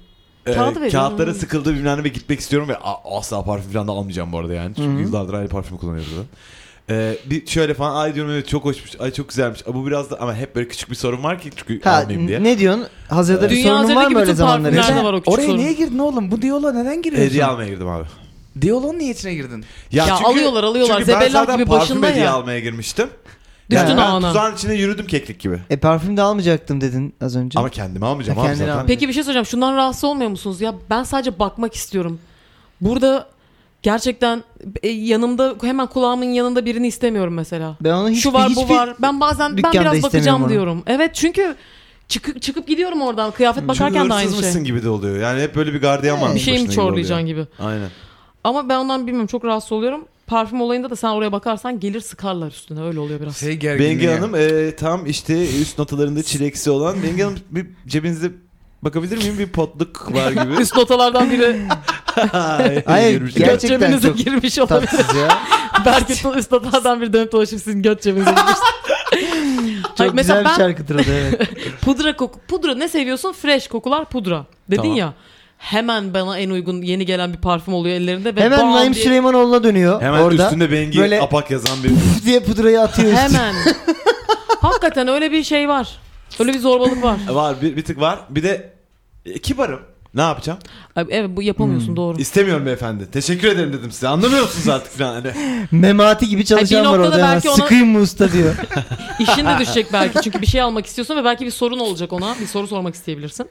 [SPEAKER 2] e,
[SPEAKER 3] Kağıdı veriyorum.
[SPEAKER 2] kağıtlara sıkıldı bilmem ne ve gitmek istiyorum ve a- asla parfüm falan da almayacağım bu arada yani. Çünkü
[SPEAKER 4] Hı hı.
[SPEAKER 2] yıllardır aynı parfümü kullanıyoruz zaten. E, bir şöyle falan ay diyorum evet çok hoşmuş ay çok güzelmiş Ay bu biraz da ama hep böyle küçük bir sorun var ki çünkü
[SPEAKER 4] Ha,
[SPEAKER 2] almayayım diye. E,
[SPEAKER 4] ne diyorsun? Hazırda bir
[SPEAKER 3] Dünya
[SPEAKER 4] sorunun
[SPEAKER 3] üzerindeki
[SPEAKER 4] var mı öyle
[SPEAKER 3] bütün
[SPEAKER 4] zamanlar?
[SPEAKER 3] parfümler-
[SPEAKER 4] için?
[SPEAKER 3] Nerede var o küçük
[SPEAKER 5] Oraya
[SPEAKER 3] sorun?
[SPEAKER 5] niye girdin oğlum? Bu diyaloğa neden giriyorsun?
[SPEAKER 2] Hediye almaya girdim abi.
[SPEAKER 5] Diyaloğun niye içine girdin?
[SPEAKER 3] Ya alıyorlar, alıyorlar.
[SPEAKER 2] Çünkü ben
[SPEAKER 3] Zebellah
[SPEAKER 2] zaten
[SPEAKER 3] gibi
[SPEAKER 2] parfüm
[SPEAKER 3] başında
[SPEAKER 2] hediye
[SPEAKER 3] ya.
[SPEAKER 2] almaya girmiştim.
[SPEAKER 3] Düştün
[SPEAKER 2] yani ben
[SPEAKER 3] ağına.
[SPEAKER 2] tuzağın içinde yürüdüm keklik gibi.
[SPEAKER 4] E parfüm de almayacaktım dedin az önce.
[SPEAKER 2] Ama kendime almayacağım
[SPEAKER 4] Ha,
[SPEAKER 2] abi
[SPEAKER 4] kendine
[SPEAKER 2] zaten.
[SPEAKER 4] almayacaksın.
[SPEAKER 3] Peki bir şey soracağım. Şundan rahatsız olmuyor musunuz? Ya ben sadece bakmak istiyorum. Burada gerçekten e, yanımda hemen kulağımın yanında birini istemiyorum mesela.
[SPEAKER 4] ben onu hiç
[SPEAKER 3] Şu var bu
[SPEAKER 4] hiçbir-
[SPEAKER 3] var. Ben bazen ben
[SPEAKER 4] dükkanda
[SPEAKER 3] biraz
[SPEAKER 4] istemiyorum
[SPEAKER 3] bakacağım
[SPEAKER 4] onu.
[SPEAKER 3] diyorum. Evet çünkü çıkıp çıkıp gidiyorum oradan. Kıyafet bakarken de aynı
[SPEAKER 2] hırsızmışsın
[SPEAKER 3] şey.
[SPEAKER 2] gibi de oluyor. Yani hep böyle bir gardiyan var.
[SPEAKER 3] Bir şey mi çorlayacaksın gibi.
[SPEAKER 2] Aynen.
[SPEAKER 3] Ama ben ondan bilmiyorum çok rahatsız oluyorum. Parfüm olayında da sen oraya bakarsan gelir sıkarlar üstüne. Öyle oluyor biraz.
[SPEAKER 5] Şey gerginliği.
[SPEAKER 2] Bengi Hanım e, tam işte üst notalarında çileksi olan Bengi Hanım bir cebinizde bakabilir miyim bir potluk var gibi.
[SPEAKER 3] Üst notalardan biri
[SPEAKER 4] Hayır,
[SPEAKER 2] Yürümüş.
[SPEAKER 4] gerçek-
[SPEAKER 3] göt
[SPEAKER 4] Gerçekten
[SPEAKER 3] cebinize
[SPEAKER 4] çok
[SPEAKER 3] girmiş olabilir.
[SPEAKER 4] Tatsız ya.
[SPEAKER 3] Belki üst notalardan biri dönüp dolaşıp sizin göt cebinize girmiş.
[SPEAKER 4] Çok
[SPEAKER 3] Hayır,
[SPEAKER 4] güzel
[SPEAKER 3] mesela
[SPEAKER 4] bir
[SPEAKER 3] ben
[SPEAKER 4] şarkıdır o da evet.
[SPEAKER 3] Pudra koku. Pudra ne seviyorsun? Fresh kokular pudra. Dedin
[SPEAKER 2] Tamam.
[SPEAKER 3] ya. Hemen bana en uygun yeni gelen bir parfüm oluyor ellerinde ve
[SPEAKER 4] Hemen
[SPEAKER 3] bam
[SPEAKER 4] Naim
[SPEAKER 3] diye-
[SPEAKER 4] Süleymanoğlu'na dönüyor.
[SPEAKER 2] Hemen
[SPEAKER 4] orada.
[SPEAKER 2] üstünde Bengi
[SPEAKER 4] böyle-
[SPEAKER 2] apak yazan bir
[SPEAKER 4] Püf diye pudrayı atıyor üstüne.
[SPEAKER 3] Hemen. Hakikaten öyle bir şey var. Öyle bir zorbalık var.
[SPEAKER 2] var bir, bir tık var. Bir de e, kibarım. Ne yapacağım?
[SPEAKER 3] Abi, evet bu
[SPEAKER 4] Hmm.
[SPEAKER 3] yapamıyorsun doğru.
[SPEAKER 2] İstemiyorum beyefendi. Teşekkür ederim dedim size. Anlamıyorsunuz artık falan. Hani.
[SPEAKER 4] Memati gibi çalışan
[SPEAKER 3] Hayır, bir
[SPEAKER 4] var
[SPEAKER 3] noktada
[SPEAKER 4] orada. hemen.
[SPEAKER 3] belki ona-
[SPEAKER 4] Sıkayım mı usta diyor.
[SPEAKER 3] İşin de düşecek belki çünkü bir şey almak istiyorsun ve belki bir sorun olacak ona. Bir soru sormak isteyebilirsin.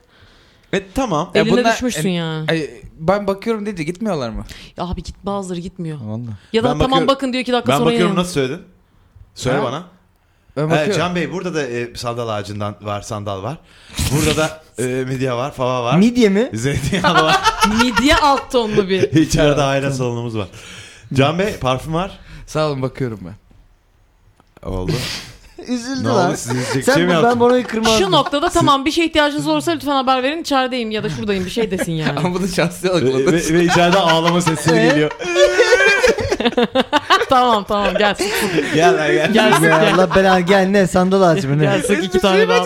[SPEAKER 2] E tamam.
[SPEAKER 5] Ya
[SPEAKER 3] Eline
[SPEAKER 5] bunlar-
[SPEAKER 3] düşmüşsün ya.
[SPEAKER 5] Ay, ben bakıyorum deyince gitmiyorlar mı?
[SPEAKER 3] Ya Abi git bazıları gitmiyor.
[SPEAKER 5] Valla.
[SPEAKER 3] Ya da
[SPEAKER 2] Ben
[SPEAKER 3] tamam
[SPEAKER 2] bakıyorum-
[SPEAKER 3] bakın diyor iki dakika
[SPEAKER 2] Ben
[SPEAKER 3] sonra
[SPEAKER 2] bakıyorum
[SPEAKER 3] yiyin.
[SPEAKER 2] nasıl söyledin? Söyle
[SPEAKER 5] Ha?
[SPEAKER 2] bana.
[SPEAKER 5] Ben
[SPEAKER 2] Evet,
[SPEAKER 5] bakıyorum.
[SPEAKER 2] Ee, Can Bey burada da e, sandal ağacından var sandal var. Burada da e, midye var fava var.
[SPEAKER 4] Midye mi?
[SPEAKER 2] Zeytinyağı var.
[SPEAKER 3] Midye alt tonlu bir.
[SPEAKER 2] İçeride aile salonumuz var. Can Bey parfüm var.
[SPEAKER 5] Sağ olun bakıyorum ben.
[SPEAKER 2] Oldu.
[SPEAKER 4] Üzüldü
[SPEAKER 2] ne
[SPEAKER 4] lan.
[SPEAKER 2] oldu siz izleyecek
[SPEAKER 4] Sen
[SPEAKER 2] şey mi
[SPEAKER 4] bu, ben
[SPEAKER 2] yaptın?
[SPEAKER 4] bonoyu kırmazdım.
[SPEAKER 3] Şu noktada tamam bir şey ihtiyacınız olursa lütfen haber verin içerideyim ya da şuradayım bir şey desin yani.
[SPEAKER 5] Ama bu da şahsi
[SPEAKER 2] Ve,
[SPEAKER 5] algıladı.
[SPEAKER 2] ve, ve içeride ağlama sesi
[SPEAKER 3] E?
[SPEAKER 4] Ee?
[SPEAKER 2] geliyor.
[SPEAKER 3] tamam tamam gel sık sık.
[SPEAKER 2] Gel lan gel.
[SPEAKER 3] Gel sık
[SPEAKER 4] Ya
[SPEAKER 3] gel.
[SPEAKER 4] Allah belanı gel ne sandal ağacı mı ne?
[SPEAKER 3] Gel sık iki tane daha.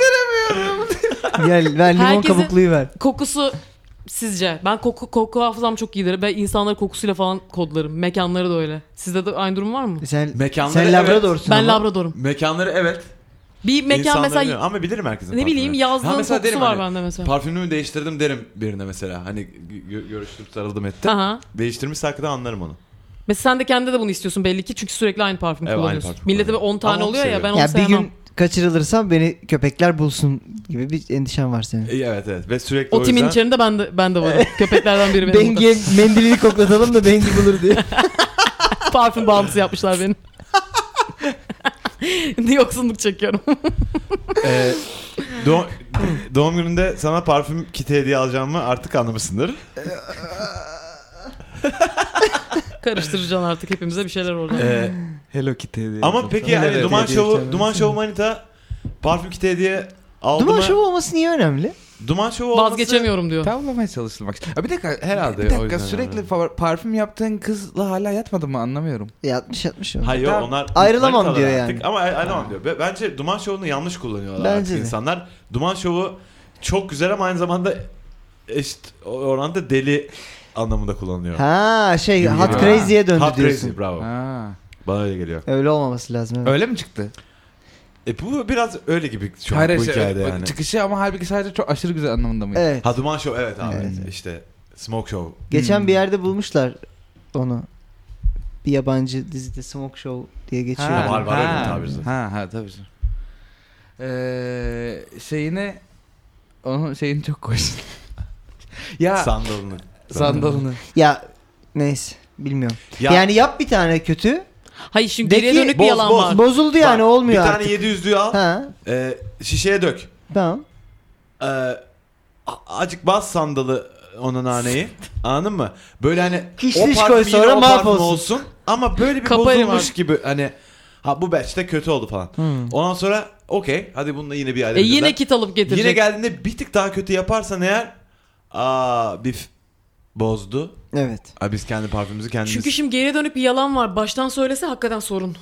[SPEAKER 4] gel ver limon
[SPEAKER 3] Herkesin-
[SPEAKER 4] kabukluyu ver.
[SPEAKER 3] Kokusu sizce? Ben koku koku hafızam çok iyidir. Ben insanları kokusuyla falan kodlarım. Mekanları da öyle. Sizde de aynı durum var mı?
[SPEAKER 4] Sen,
[SPEAKER 2] Mekanları
[SPEAKER 4] sen
[SPEAKER 2] evet.
[SPEAKER 4] labradorsun
[SPEAKER 3] Ben
[SPEAKER 4] ama.
[SPEAKER 3] labradorum.
[SPEAKER 2] Mekanları evet.
[SPEAKER 3] Bir mekan
[SPEAKER 2] İnsanları
[SPEAKER 3] mesela
[SPEAKER 2] biliyorum. ama bilirim herkesin
[SPEAKER 3] ne
[SPEAKER 2] parfümünü.
[SPEAKER 3] bileyim yazlığın
[SPEAKER 2] Ha, mesela
[SPEAKER 3] kokusu
[SPEAKER 2] derim
[SPEAKER 3] var
[SPEAKER 2] hani,
[SPEAKER 3] bende mesela.
[SPEAKER 2] Parfümümü değiştirdim derim birine mesela. Hani gö- görüştüm sarıldım ettim.
[SPEAKER 3] Aha.
[SPEAKER 2] Değiştirmişse hakikaten anlarım onu.
[SPEAKER 3] Mesela sen de kendine de bunu istiyorsun belli ki çünkü sürekli aynı parfüm
[SPEAKER 2] Evet, aynı
[SPEAKER 3] kullanıyorsun.
[SPEAKER 2] parfüm
[SPEAKER 3] Millete
[SPEAKER 2] kullanıyorum.
[SPEAKER 3] 10 tane
[SPEAKER 2] Ama onu
[SPEAKER 3] oluyor ya
[SPEAKER 2] seviyorum.
[SPEAKER 3] ben onu
[SPEAKER 4] Ya bir
[SPEAKER 3] sevmem.
[SPEAKER 4] gün kaçırılırsam beni köpekler bulsun gibi bir endişen var senin.
[SPEAKER 2] E, evet evet ve sürekli
[SPEAKER 3] o
[SPEAKER 2] o,
[SPEAKER 3] timin
[SPEAKER 2] yüzden.
[SPEAKER 3] içerisinde ben de ben de varım. Köpeklerden biri benim.
[SPEAKER 4] Bengi mendilini koklatalım da Bengi bulur diye.
[SPEAKER 3] Parfüm bağımlısı yapmışlar beni. Yoksunluk çekiyorum.
[SPEAKER 2] e, doğ- doğum gününde sana parfüm kiti hediye alacağımı artık anlamışsındır.
[SPEAKER 3] Karıştıracaksın artık hepimize bir şeyler
[SPEAKER 2] E,
[SPEAKER 3] orada.
[SPEAKER 5] Ee, Hello Kitty diye.
[SPEAKER 2] ama peki
[SPEAKER 5] Hello
[SPEAKER 2] hani
[SPEAKER 5] Kitty
[SPEAKER 2] duman
[SPEAKER 5] diye
[SPEAKER 2] şovu
[SPEAKER 5] çevirmişsin.
[SPEAKER 2] duman şovu manita parfüm kiti hediye aldı
[SPEAKER 4] Duman
[SPEAKER 2] mı?
[SPEAKER 4] şovu olması niye önemli?
[SPEAKER 2] Duman şovu olması.
[SPEAKER 3] Ee, Vazgeçemiyorum diyor.
[SPEAKER 5] Tavlamaya çalıştım bak. Ha, bir dakika
[SPEAKER 2] Herhalde
[SPEAKER 5] herhalde.
[SPEAKER 2] o
[SPEAKER 5] Bir dakika
[SPEAKER 2] yüzden
[SPEAKER 5] sürekli
[SPEAKER 2] herhalde.
[SPEAKER 5] fa- parfüm yaptığın kızla hala yatmadın mı anlamıyorum.
[SPEAKER 4] Yatmış yatmış. o.
[SPEAKER 2] Hayır
[SPEAKER 5] Tamam.
[SPEAKER 2] onlar
[SPEAKER 4] Ayrılamam
[SPEAKER 2] manitalar
[SPEAKER 4] diyor
[SPEAKER 2] artık.
[SPEAKER 4] yani.
[SPEAKER 2] Ama ay- ayrılamam diyor. Be- Bence duman şovunu yanlış kullanıyorlar
[SPEAKER 4] Bence
[SPEAKER 2] artık
[SPEAKER 4] de.
[SPEAKER 2] insanlar. Duman şovu çok güzel ama aynı zamanda eşit oranda deli anlamında kullanılıyor.
[SPEAKER 4] Ha şey
[SPEAKER 2] Gibi
[SPEAKER 4] Hot
[SPEAKER 2] geliyor.
[SPEAKER 4] Crazy'ye döndü
[SPEAKER 2] Hot
[SPEAKER 4] diyorsun.
[SPEAKER 2] crazy bravo.
[SPEAKER 5] Ha.
[SPEAKER 2] Bana öyle geliyor.
[SPEAKER 4] Öyle olmaması lazım. Evet.
[SPEAKER 5] Öyle mi çıktı?
[SPEAKER 2] E bu biraz öyle gibi şu an
[SPEAKER 5] Hayır,
[SPEAKER 2] bu
[SPEAKER 5] şey,
[SPEAKER 2] hikayede
[SPEAKER 5] ö-
[SPEAKER 2] yani.
[SPEAKER 5] Çıkışı ama halbuki sadece çok aşırı güzel anlamında mıydı?
[SPEAKER 4] Evet.
[SPEAKER 2] Ha duman şovu evet abi
[SPEAKER 4] Evet.
[SPEAKER 2] işte smoke show.
[SPEAKER 4] Geçen
[SPEAKER 5] Hmm.
[SPEAKER 4] bir yerde bulmuşlar onu. Bir yabancı dizide Smoke Show diye geçiyor.
[SPEAKER 2] Ha, var, var öyle
[SPEAKER 5] ha.
[SPEAKER 2] tabir zaten.
[SPEAKER 5] Ha ha tabii. canım. Ee, şeyini onun şeyini çok koş. ya
[SPEAKER 2] Sandalını.
[SPEAKER 5] sandalını.
[SPEAKER 4] Ya Neyse bilmiyorum.
[SPEAKER 2] Ya-
[SPEAKER 4] Yani yap bir tane kötü.
[SPEAKER 3] Hayır şimdi
[SPEAKER 4] De
[SPEAKER 3] geriye
[SPEAKER 4] ki-
[SPEAKER 3] dönük bir
[SPEAKER 2] boz,
[SPEAKER 3] yalan
[SPEAKER 2] boz,
[SPEAKER 3] var.
[SPEAKER 4] Bozuldu
[SPEAKER 2] Bak,
[SPEAKER 4] yani olmuyor
[SPEAKER 2] Bir tane
[SPEAKER 4] artık.
[SPEAKER 2] 700'lüğü al.
[SPEAKER 4] Ha
[SPEAKER 2] e, şişeye dök.
[SPEAKER 4] tamam.
[SPEAKER 2] Ee, a- acık bas sandalı e, ona naneyi. Anladın mı? Böyle hani
[SPEAKER 4] Kişniş
[SPEAKER 2] parfüm
[SPEAKER 4] koy
[SPEAKER 2] yine
[SPEAKER 4] sonra
[SPEAKER 2] o parfüm
[SPEAKER 4] mahvolsun.
[SPEAKER 2] olsun. Ama böyle bir
[SPEAKER 3] Kaparım
[SPEAKER 2] bozulmuş
[SPEAKER 3] abi.
[SPEAKER 2] gibi hani ha bu batch de kötü oldu falan.
[SPEAKER 4] Hmm.
[SPEAKER 2] Ondan sonra okey hadi bununla yine bir
[SPEAKER 3] E
[SPEAKER 2] ayrı.
[SPEAKER 3] yine kit alıp getirecek.
[SPEAKER 2] Yine geldiğinde bir tık daha kötü yaparsan eğer aa bir f- bozdu.
[SPEAKER 4] Evet.
[SPEAKER 2] Aa, biz kendi parfümümüzü kendimiz.
[SPEAKER 3] Çünkü şimdi geriye dönük bir yalan var. Baştan söylese hakikaten sorun.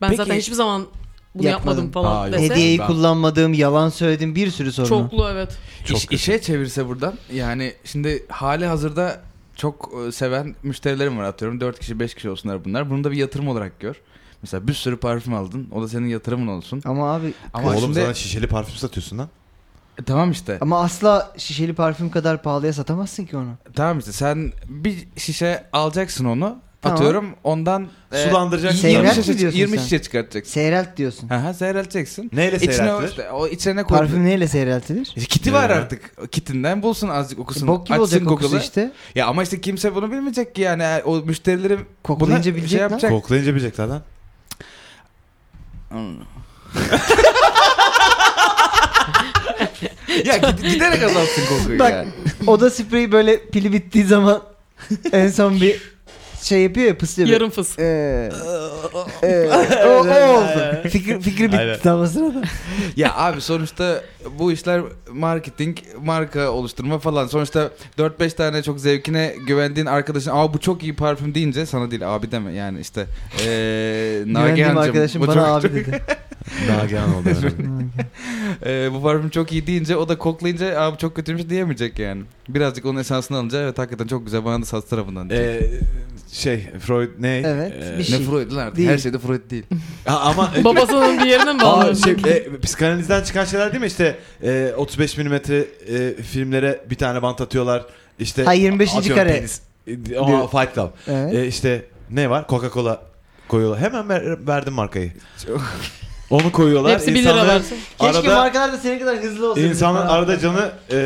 [SPEAKER 3] Ben
[SPEAKER 2] Peki.
[SPEAKER 3] zaten hiçbir zaman bunu
[SPEAKER 4] Yapmadım.
[SPEAKER 3] yapmadım, falan
[SPEAKER 2] Aa, yok.
[SPEAKER 3] dese.
[SPEAKER 4] Hediyeyi
[SPEAKER 2] Ben-
[SPEAKER 4] kullanmadığım, yalan söylediğim bir sürü sorun.
[SPEAKER 3] Çoklu evet.
[SPEAKER 2] Çok
[SPEAKER 5] İş,
[SPEAKER 2] kötü.
[SPEAKER 5] işe çevirse buradan yani şimdi hali hazırda çok e, seven müşterilerim var atıyorum. 4 kişi 5 kişi olsunlar bunlar. Bunu da bir yatırım olarak gör. Mesela bir sürü parfüm aldın. O da senin yatırımın olsun.
[SPEAKER 4] Ama abi
[SPEAKER 5] Ama
[SPEAKER 2] Oğlum
[SPEAKER 5] şimdi-
[SPEAKER 2] sana şişeli parfüm satıyorsun lan.
[SPEAKER 5] E, tamam işte.
[SPEAKER 4] ama asla şişeli parfüm kadar pahalıya satamazsın ki onu.
[SPEAKER 5] Tamam işte sen bir şişe alacaksın onu.
[SPEAKER 4] Tamam.
[SPEAKER 5] Atıyorum ondan e,
[SPEAKER 2] Sulandıracaksın.
[SPEAKER 4] Seyrel-
[SPEAKER 5] 20
[SPEAKER 4] Seyrelt mi
[SPEAKER 5] şişe,
[SPEAKER 4] diyorsun
[SPEAKER 5] 20
[SPEAKER 4] sen?
[SPEAKER 5] şişe çıkartacaksın.
[SPEAKER 4] Seyrelt diyorsun.
[SPEAKER 5] Hı hı seyrelteceksin.
[SPEAKER 2] Neyle
[SPEAKER 5] İçine o,
[SPEAKER 2] seyreltilir?
[SPEAKER 5] işte, o içine koy.
[SPEAKER 4] Parfüm neyle seyreltilir?
[SPEAKER 5] E, Kiti var
[SPEAKER 2] Ee.
[SPEAKER 5] artık. Kitinden bulsun azıcık okusun.
[SPEAKER 4] Bok gibi olacak
[SPEAKER 5] Google'ı.
[SPEAKER 4] kokusu işte.
[SPEAKER 5] Ya ama işte kimse bunu bilmeyecek ki yani. E, O müşterilerim
[SPEAKER 4] Koklayınca
[SPEAKER 5] buna
[SPEAKER 4] bilecek
[SPEAKER 5] şey
[SPEAKER 4] lan.
[SPEAKER 5] yapacak.
[SPEAKER 2] Koklayınca bilecekler lan.
[SPEAKER 5] ya gid- giderek azaltsın kokuyu
[SPEAKER 4] Bak
[SPEAKER 5] yani.
[SPEAKER 4] oda spreyi böyle pili bittiği zaman en son bir şey yapıyor ya pıslıyor. böyle.
[SPEAKER 3] Yarım fıs.
[SPEAKER 4] Ee, ee, o, o oldu. Fikri, fikri bitti
[SPEAKER 2] Aynen.
[SPEAKER 4] tam o sırada.
[SPEAKER 5] ya abi sonuçta bu işler marketing, marka oluşturma falan. Sonuçta 4-5 tane çok zevkine güvendiğin arkadaşın aa bu çok iyi parfüm deyince sana değil abi deme yani işte. Eee
[SPEAKER 4] Güvendiğim
[SPEAKER 5] Nagihan'cığım,
[SPEAKER 4] arkadaşım
[SPEAKER 5] bu
[SPEAKER 4] bana
[SPEAKER 5] çok-
[SPEAKER 4] abi
[SPEAKER 5] çok-
[SPEAKER 4] dedi.
[SPEAKER 2] Nagihan oldu.
[SPEAKER 5] Eee, Ee, bu parfüm çok iyi deyince o da koklayınca abi çok kötüymüş diyemeyecek yani. Birazcık onun esansını alınca evet hakikaten çok güzel bana da sat tarafından diyecek.
[SPEAKER 2] Ee, şey Freud ne?
[SPEAKER 4] Evet,
[SPEAKER 2] Ee,
[SPEAKER 4] bir şey-
[SPEAKER 5] ne Freud lan artık
[SPEAKER 4] değil.
[SPEAKER 5] her şeyde Freud değil.
[SPEAKER 2] Ha, ama e,
[SPEAKER 3] Babasının bir yerine mi
[SPEAKER 2] Aa,
[SPEAKER 3] bağlı?
[SPEAKER 2] şey, e, psikanalizden çıkan şeyler değil mi işte e, 35 milimetre e, filmlere bir tane bant atıyorlar işte
[SPEAKER 4] Ha, 25.
[SPEAKER 2] atıyorum
[SPEAKER 4] kare.
[SPEAKER 2] penis. E, ama Fight Club
[SPEAKER 4] Evet.
[SPEAKER 2] E, işte ne var Coca Cola koyuyorlar hemen ver- verdim markayı onu koyuyorlar
[SPEAKER 3] Hepsi 1 lira
[SPEAKER 2] İnsanların
[SPEAKER 3] versin.
[SPEAKER 4] Keşke
[SPEAKER 2] arada
[SPEAKER 4] markalar da senin kadar hızlı olsaydı.
[SPEAKER 2] insanların
[SPEAKER 4] Falan.
[SPEAKER 2] arada canı e,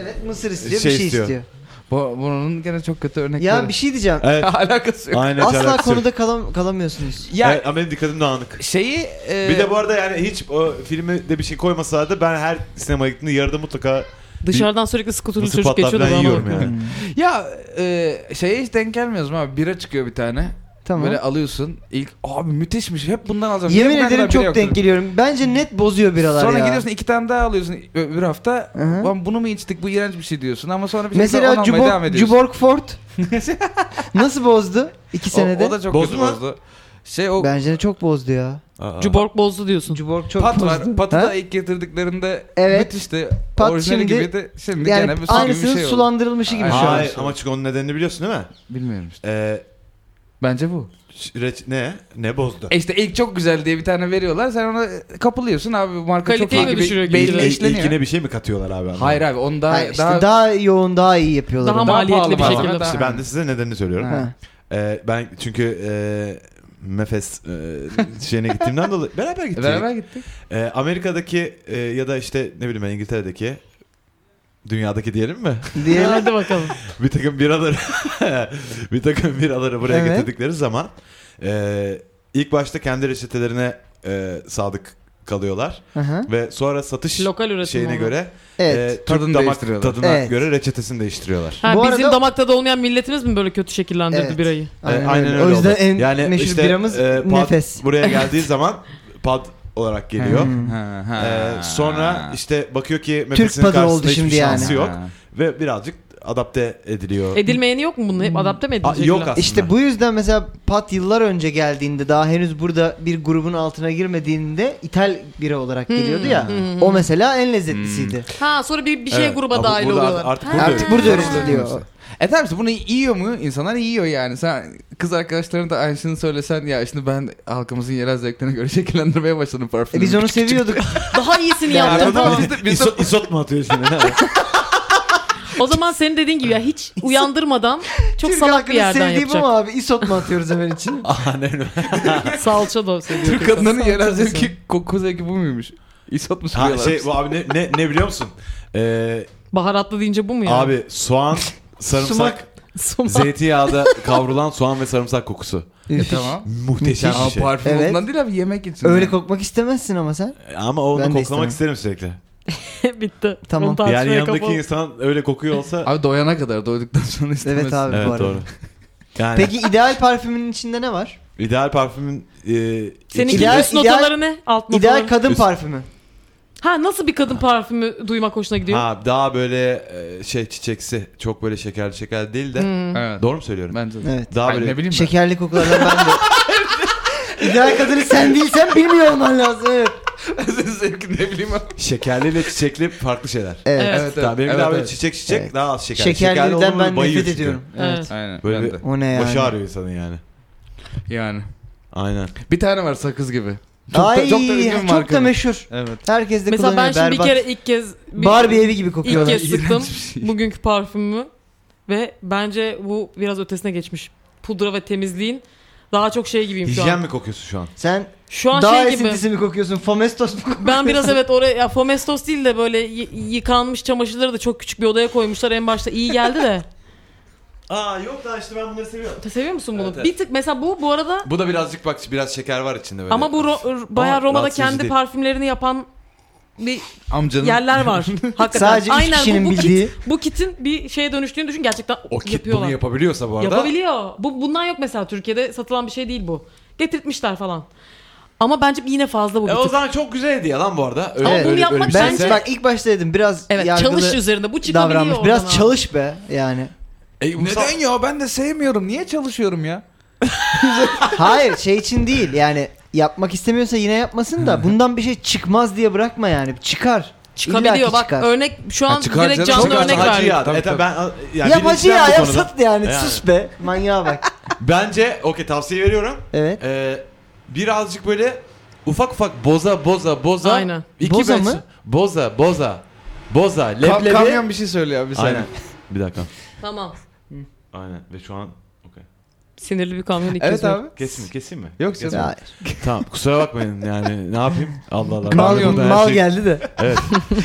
[SPEAKER 4] Evet mısır istiyor
[SPEAKER 2] şey
[SPEAKER 4] bir şey
[SPEAKER 2] istiyor.
[SPEAKER 4] istiyor.
[SPEAKER 5] Bu, bunun gene çok kötü örnekleri.
[SPEAKER 4] Ya bir şey diyeceğim.
[SPEAKER 2] evet,
[SPEAKER 5] Alakası yok.
[SPEAKER 2] aynen
[SPEAKER 4] Asla
[SPEAKER 2] alakası yok.
[SPEAKER 4] konuda kalam kalamıyorsunuz.
[SPEAKER 5] Ya
[SPEAKER 2] Evet, ama benim dikkatim dağınık
[SPEAKER 5] şeyi e,
[SPEAKER 2] bir de bu arada yani hiç o filmi de bir şey koymasalardı ben her sinemaya gittiğimde yarıda mutlaka
[SPEAKER 3] Dışarıdan sürekli skuturlu
[SPEAKER 2] mısır
[SPEAKER 3] çocuk
[SPEAKER 2] patlar
[SPEAKER 3] geçiyordu. bana
[SPEAKER 2] yiyorum
[SPEAKER 3] bakıyor.
[SPEAKER 2] yani.
[SPEAKER 4] Hmm.
[SPEAKER 5] ya e, şeye hiç denk gelmiyoruz mu abi? Bira çıkıyor bir tane.
[SPEAKER 4] Tamam.
[SPEAKER 5] Böyle alıyorsun. İlk abi müthişmiş. Hep bundan alacağım.
[SPEAKER 4] Yemin
[SPEAKER 5] Niye buna
[SPEAKER 4] ederim
[SPEAKER 5] kadar bira
[SPEAKER 4] çok
[SPEAKER 5] yok
[SPEAKER 4] denk
[SPEAKER 5] dedim.
[SPEAKER 4] geliyorum. Bence net bozuyor biralar
[SPEAKER 5] Sonra
[SPEAKER 4] ya.
[SPEAKER 5] gidiyorsun iki tane daha alıyorsun bir hafta.
[SPEAKER 4] Hı hı.
[SPEAKER 5] Lan bunu mu içtik? Bu iğrenç bir şey diyorsun. Ama sonra bir şekilde onu
[SPEAKER 4] Mesela
[SPEAKER 5] almaya devam
[SPEAKER 4] Cubor,
[SPEAKER 5] ediyorsun.
[SPEAKER 4] Cuborg Ford nasıl bozdu? İki senede.
[SPEAKER 5] O, o da çok
[SPEAKER 2] Bozdu
[SPEAKER 5] kötü
[SPEAKER 2] mu?
[SPEAKER 5] bozdu. Şey o
[SPEAKER 4] Bence de çok bozdu ya.
[SPEAKER 2] Aa.
[SPEAKER 3] Cuborg bozdu diyorsun.
[SPEAKER 4] Cuborg çok
[SPEAKER 5] pat
[SPEAKER 4] bozdu.
[SPEAKER 5] var. Patı
[SPEAKER 4] Ha?
[SPEAKER 5] da ilk getirdiklerinde
[SPEAKER 4] Evet.
[SPEAKER 5] müthişti.
[SPEAKER 4] Pat
[SPEAKER 5] Orijinali
[SPEAKER 4] şimdi-
[SPEAKER 5] gibi de şimdi
[SPEAKER 4] yani
[SPEAKER 5] gene bir su gibi bir
[SPEAKER 4] aynısının
[SPEAKER 5] şey oldu.
[SPEAKER 4] sulandırılmışı gibi şu an.
[SPEAKER 2] Hayır ama çünkü onun nedenini biliyorsun değil mi?
[SPEAKER 5] Bilmiyorum işte.
[SPEAKER 2] Ee,
[SPEAKER 5] Bence bu.
[SPEAKER 2] ş- reç- ne? Ne bozdu?
[SPEAKER 5] E işte ilk çok güzel diye bir tane veriyorlar. Sen ona kapılıyorsun abi. Bu marka
[SPEAKER 3] Kaliteyi
[SPEAKER 5] çok
[SPEAKER 3] mi
[SPEAKER 5] iyi gibi
[SPEAKER 3] düşürüyor
[SPEAKER 5] belli
[SPEAKER 3] gibi?
[SPEAKER 2] İl-
[SPEAKER 5] işleniyor.
[SPEAKER 2] İlkine bir şey mi katıyorlar abi? anlamadım.
[SPEAKER 5] Hayır abi onu daha
[SPEAKER 4] Hayır, işte
[SPEAKER 5] daha,
[SPEAKER 4] daha, yoğun daha iyi yapıyorlar.
[SPEAKER 3] Daha
[SPEAKER 4] onu.
[SPEAKER 5] pahalı
[SPEAKER 3] maliyetli bir
[SPEAKER 5] falan.
[SPEAKER 3] şekilde.
[SPEAKER 5] Daha-
[SPEAKER 2] İşte ben de size nedenini söylüyorum.
[SPEAKER 5] Ha.
[SPEAKER 2] Ee, ben çünkü e, Mefes e, şeyine gittiğimden dolayı beraber gittik.
[SPEAKER 5] beraber gittik.
[SPEAKER 2] Ee, Amerika'daki e, ya da işte ne bileyim ben İngiltere'deki dünyadaki diyelim mi?
[SPEAKER 4] Diyelim.
[SPEAKER 3] Hadi bakalım.
[SPEAKER 2] bir takım biraları bir takım biraları buraya
[SPEAKER 4] Evet.
[SPEAKER 2] getirdikleri zaman e, ilk başta kendi reçetelerine e, sadık kalıyorlar
[SPEAKER 4] Hı hı.
[SPEAKER 2] ve sonra satış
[SPEAKER 3] Lokal üretim
[SPEAKER 2] şeyine
[SPEAKER 3] olan.
[SPEAKER 2] göre
[SPEAKER 4] evet.
[SPEAKER 2] e, Türk
[SPEAKER 5] Tadını
[SPEAKER 2] damak
[SPEAKER 5] değiştiriyorlar.
[SPEAKER 2] tadına
[SPEAKER 4] Evet.
[SPEAKER 2] göre reçetesini değiştiriyorlar.
[SPEAKER 3] Ha,
[SPEAKER 4] Bu
[SPEAKER 3] bizim
[SPEAKER 4] arada-
[SPEAKER 3] damakta da olmayan milletimiz mi böyle kötü şekillendirdi
[SPEAKER 4] Evet.
[SPEAKER 3] birayı?
[SPEAKER 2] E, Aynen, öyle.
[SPEAKER 4] O yüzden
[SPEAKER 2] oldu.
[SPEAKER 4] en
[SPEAKER 2] yani
[SPEAKER 4] meşhur
[SPEAKER 2] işte,
[SPEAKER 4] biramız
[SPEAKER 2] e, pad
[SPEAKER 4] nefes.
[SPEAKER 2] Buraya geldiği zaman pad olarak geliyor.
[SPEAKER 4] Hmm.
[SPEAKER 5] Ha, ha.
[SPEAKER 2] E, sonra işte bakıyor ki
[SPEAKER 4] Türk
[SPEAKER 2] Mefes'in
[SPEAKER 4] padı
[SPEAKER 2] karşısında
[SPEAKER 4] oldu
[SPEAKER 2] hiçbir
[SPEAKER 4] şimdi yani.
[SPEAKER 2] şansı yok
[SPEAKER 5] Ha.
[SPEAKER 2] ve birazcık adapte ediliyor.
[SPEAKER 3] Edilmeyeni yok mu bunun? Hep adapte mi
[SPEAKER 2] Aa,
[SPEAKER 3] edilecekler?
[SPEAKER 2] yok aslında.
[SPEAKER 4] İşte bu yüzden mesela Pat yıllar önce geldiğinde daha henüz burada bir grubun altına girmediğinde İtal bira olarak geliyordu ya.
[SPEAKER 3] Hmm.
[SPEAKER 4] O mesela en lezzetlisiydi.
[SPEAKER 3] Ha sonra bir, bir şey
[SPEAKER 2] Evet.
[SPEAKER 3] gruba
[SPEAKER 2] Ha, bu-
[SPEAKER 3] dahil
[SPEAKER 2] burada
[SPEAKER 3] oluyorlar.
[SPEAKER 2] artık
[SPEAKER 3] Ha.
[SPEAKER 2] burada
[SPEAKER 4] Artık burada üretiliyor.
[SPEAKER 5] E tabii işte bunu yiyor mu? İnsanlar yiyor yani. Sen kız arkadaşların da aynısını söylesen ya şimdi ben halkımızın yerel zevklerine göre şekillendirmeye başladım
[SPEAKER 4] E
[SPEAKER 5] parfümü.
[SPEAKER 4] biz onu seviyorduk.
[SPEAKER 3] Daha iyisini
[SPEAKER 4] Ya,
[SPEAKER 3] yaptım
[SPEAKER 4] anladın
[SPEAKER 3] falan.
[SPEAKER 2] Biz de- biz de- İso- isot mu atıyor şimdi?
[SPEAKER 3] O zaman senin dediğin gibi ya hiç uyandırmadan çok
[SPEAKER 4] Türk
[SPEAKER 3] salak bir
[SPEAKER 4] halkının
[SPEAKER 3] yerden
[SPEAKER 4] sevdiği bu
[SPEAKER 3] yapacak.
[SPEAKER 4] mu abi? İsot mu atıyoruz hemen için?
[SPEAKER 2] Aynen öyle.
[SPEAKER 3] Salça da seviyor.
[SPEAKER 5] Türk
[SPEAKER 3] kızlar.
[SPEAKER 5] kadınların yerel
[SPEAKER 3] Salça da seviyor.
[SPEAKER 5] zevki koku zevki bu muymuş? İsot mu
[SPEAKER 2] Ha,
[SPEAKER 5] sürüyorlar?
[SPEAKER 2] şey bu abi ne, ne, ne biliyor musun? Ee,
[SPEAKER 3] Baharatlı deyince bu mu ya?
[SPEAKER 2] Abi soğan, sarımsak,
[SPEAKER 4] Sumak.
[SPEAKER 3] Somun.
[SPEAKER 2] Zeytinyağda kavrulan soğan ve sarımsak kokusu.
[SPEAKER 5] E, tamam.
[SPEAKER 2] Muhteşem
[SPEAKER 5] Ya,
[SPEAKER 2] bir şey.
[SPEAKER 5] parfüm
[SPEAKER 4] Evet.
[SPEAKER 5] olduğundan değil abi yemek için.
[SPEAKER 4] Öyle
[SPEAKER 5] Yani.
[SPEAKER 4] kokmak istemezsin ama sen.
[SPEAKER 2] Ama onu
[SPEAKER 4] Ben de
[SPEAKER 2] koklamak
[SPEAKER 4] istemem.
[SPEAKER 2] isterim sürekli.
[SPEAKER 3] Bitti.
[SPEAKER 4] Tamam.
[SPEAKER 3] Onu tartışmaya
[SPEAKER 2] Yani yanındaki
[SPEAKER 3] kapalı.
[SPEAKER 2] insan öyle kokuyor olsa
[SPEAKER 5] Abi doyana kadar doyduktan sonra istemezsin.
[SPEAKER 4] Evet abi bu
[SPEAKER 2] evet
[SPEAKER 4] arada.
[SPEAKER 2] doğru. Yani
[SPEAKER 4] Peki ideal parfümün içinde ne var?
[SPEAKER 2] ideal parfümün e,
[SPEAKER 3] Seninki
[SPEAKER 4] İdeal-
[SPEAKER 3] üst notaları ne? Alt notaları.
[SPEAKER 4] İdeal kadın
[SPEAKER 2] Üst-
[SPEAKER 4] parfümü.
[SPEAKER 3] Ha nasıl bir kadın parfümü duymak hoşuna gidiyor?
[SPEAKER 2] ha, daha böyle e, şey çiçeksi çok böyle şekerli şekerli değil de
[SPEAKER 3] Hmm.
[SPEAKER 5] Evet.
[SPEAKER 2] doğru mu söylüyorum?
[SPEAKER 5] Bence de.
[SPEAKER 4] Evet.
[SPEAKER 2] Daha
[SPEAKER 5] Ay,
[SPEAKER 2] böyle
[SPEAKER 5] ne bileyim ben.
[SPEAKER 4] Şekerli kokulardan ben de. İdeal kadını sen değilsen bilmiyor olman lazım. Evet.
[SPEAKER 5] Senin zevkin ne bileyim abi.
[SPEAKER 2] şekerli ve çiçekli farklı şeyler.
[SPEAKER 4] evet.
[SPEAKER 3] Evet.
[SPEAKER 2] Tamam, benim daha böyle
[SPEAKER 5] evet.
[SPEAKER 2] çiçek çiçek
[SPEAKER 4] Evet.
[SPEAKER 2] daha az şeker. Şekerli
[SPEAKER 4] Şekerlerden
[SPEAKER 2] olduğum
[SPEAKER 4] ben
[SPEAKER 2] bayıyor
[SPEAKER 4] nefret
[SPEAKER 2] çünkü.
[SPEAKER 4] ediyorum.
[SPEAKER 3] Evet.
[SPEAKER 5] Aynen.
[SPEAKER 2] Böyle
[SPEAKER 5] ben
[SPEAKER 2] bir-
[SPEAKER 5] de.
[SPEAKER 4] O ne yani?
[SPEAKER 2] Başı ağrıyor insanın yani.
[SPEAKER 5] Yani.
[SPEAKER 2] Aynen.
[SPEAKER 5] Bir tane var sakız gibi.
[SPEAKER 4] Ay, çok
[SPEAKER 5] ünlü bir
[SPEAKER 4] da,
[SPEAKER 5] marka bu.
[SPEAKER 4] meşhur.
[SPEAKER 5] Evet.
[SPEAKER 4] Herkes de
[SPEAKER 3] Mesela ben
[SPEAKER 4] kullanıyor.
[SPEAKER 3] şimdi bir
[SPEAKER 4] Berbat.
[SPEAKER 3] kere ilk kez bir,
[SPEAKER 4] Barbie evi gibi
[SPEAKER 3] ilk
[SPEAKER 4] kokuyor.
[SPEAKER 3] kez sıktım
[SPEAKER 5] bir şey.
[SPEAKER 3] bugünkü parfümümü ve bence bu biraz ötesine geçmiş. Pudra ve temizliğin daha çok şey gibiyim şu
[SPEAKER 2] Hijyen
[SPEAKER 3] an.
[SPEAKER 2] mi kokuyorsun şu an?
[SPEAKER 4] Sen
[SPEAKER 3] Şu an
[SPEAKER 4] daha
[SPEAKER 3] şey gibi.
[SPEAKER 4] esintisi mi kokuyorsun? Famestos mu kokuyorsun?
[SPEAKER 3] Ben biraz evet oraya ya Fomestos değil de böyle y- yıkanmış çamaşırları da çok küçük bir odaya koymuşlar en başta. iyi geldi de.
[SPEAKER 2] Aa yok da işte ben bunları seviyorum.
[SPEAKER 3] Seviyor musun bunu?
[SPEAKER 2] Evet, evet.
[SPEAKER 3] Bir tık mesela bu bu arada
[SPEAKER 2] Bu da birazcık bak biraz şeker var içinde böyle.
[SPEAKER 3] ama bu ro- r- bayağı Roma'da
[SPEAKER 2] rahatsız edici
[SPEAKER 3] kendi
[SPEAKER 2] değil.
[SPEAKER 3] parfümlerini yapan bir
[SPEAKER 5] Amcanın.
[SPEAKER 3] yerler var. Hakikaten.
[SPEAKER 4] Sadece üç
[SPEAKER 3] Aynen
[SPEAKER 4] kişinin
[SPEAKER 3] bu, bu,
[SPEAKER 4] bildiği.
[SPEAKER 3] kit, bu kitin bir şeye dönüştüğünü düşün gerçekten
[SPEAKER 2] o kit
[SPEAKER 3] yapıyorlar.
[SPEAKER 2] bunu yapabiliyorsa bu arada.
[SPEAKER 3] Yapabiliyor. Bu bundan yok mesela Türkiye'de satılan bir şey değil bu. Getirtmişler falan. Ama bence yine fazla bu bir
[SPEAKER 2] E, o
[SPEAKER 3] tık.
[SPEAKER 2] zaman çok güzel hediye lan bu arada. Öyle,
[SPEAKER 4] Ama
[SPEAKER 2] öyle,
[SPEAKER 4] bunu
[SPEAKER 2] öyle
[SPEAKER 3] yapmak
[SPEAKER 2] bir şey.
[SPEAKER 4] Ben
[SPEAKER 2] şeyse-
[SPEAKER 4] bak ilk başta dedim biraz
[SPEAKER 3] Evet
[SPEAKER 4] yargılı
[SPEAKER 3] çalış üzerinde bu çıkabiliyor
[SPEAKER 4] davranmış.
[SPEAKER 3] oradan
[SPEAKER 4] Biraz
[SPEAKER 3] abi.
[SPEAKER 4] çalış be yani.
[SPEAKER 2] E, bu
[SPEAKER 5] Neden
[SPEAKER 2] sa-
[SPEAKER 5] ya ben de sevmiyorum. Niye çalışıyorum ya?
[SPEAKER 4] Hayır şey için değil yani yapmak istemiyorsa yine yapmasın da bundan bir şey çıkmaz diye bırakma yani. Çıkar. İlla
[SPEAKER 3] Çıkabiliyor
[SPEAKER 4] ki
[SPEAKER 3] bak
[SPEAKER 4] çıkar.
[SPEAKER 3] örnek şu an
[SPEAKER 5] Ha, çıkar
[SPEAKER 3] direkt
[SPEAKER 5] canım,
[SPEAKER 3] canlı
[SPEAKER 5] çıkar.
[SPEAKER 3] örnek
[SPEAKER 2] Hacı
[SPEAKER 3] verdim.
[SPEAKER 2] ya.
[SPEAKER 5] Tabii,
[SPEAKER 2] E, tabii
[SPEAKER 5] tabii.
[SPEAKER 2] ben, yani
[SPEAKER 4] yap hacı
[SPEAKER 2] bilinçliyim
[SPEAKER 4] ya
[SPEAKER 2] bu
[SPEAKER 4] yap
[SPEAKER 2] konuda.
[SPEAKER 4] sat yani,
[SPEAKER 2] Yani.
[SPEAKER 4] sus be manyağa bak.
[SPEAKER 2] Bence okey tavsiye veriyorum.
[SPEAKER 4] Evet.
[SPEAKER 2] Ee, birazcık böyle ufak ufak boza boza boza.
[SPEAKER 3] Aynen.
[SPEAKER 2] İki
[SPEAKER 4] Boza
[SPEAKER 2] beş-
[SPEAKER 4] mı?
[SPEAKER 2] Boza boza. Boza
[SPEAKER 5] Ka-
[SPEAKER 2] leblebi.
[SPEAKER 5] kamyon bir şey söylüyor abi sen.
[SPEAKER 2] Aynen. Bir dakika.
[SPEAKER 3] Tamam.
[SPEAKER 2] Aynen ve şu an okey.
[SPEAKER 3] Sinirli bir kamyon ikizi.
[SPEAKER 5] Evet abi.
[SPEAKER 2] Kesin kesin mi?
[SPEAKER 5] Yok canım.
[SPEAKER 4] Ya,
[SPEAKER 2] tamam kusura bakmayın yani ne yapayım? Allah Allah.
[SPEAKER 4] mal,
[SPEAKER 2] Ben de burada her
[SPEAKER 4] mal
[SPEAKER 2] şey-
[SPEAKER 4] geldi de.
[SPEAKER 2] Evet.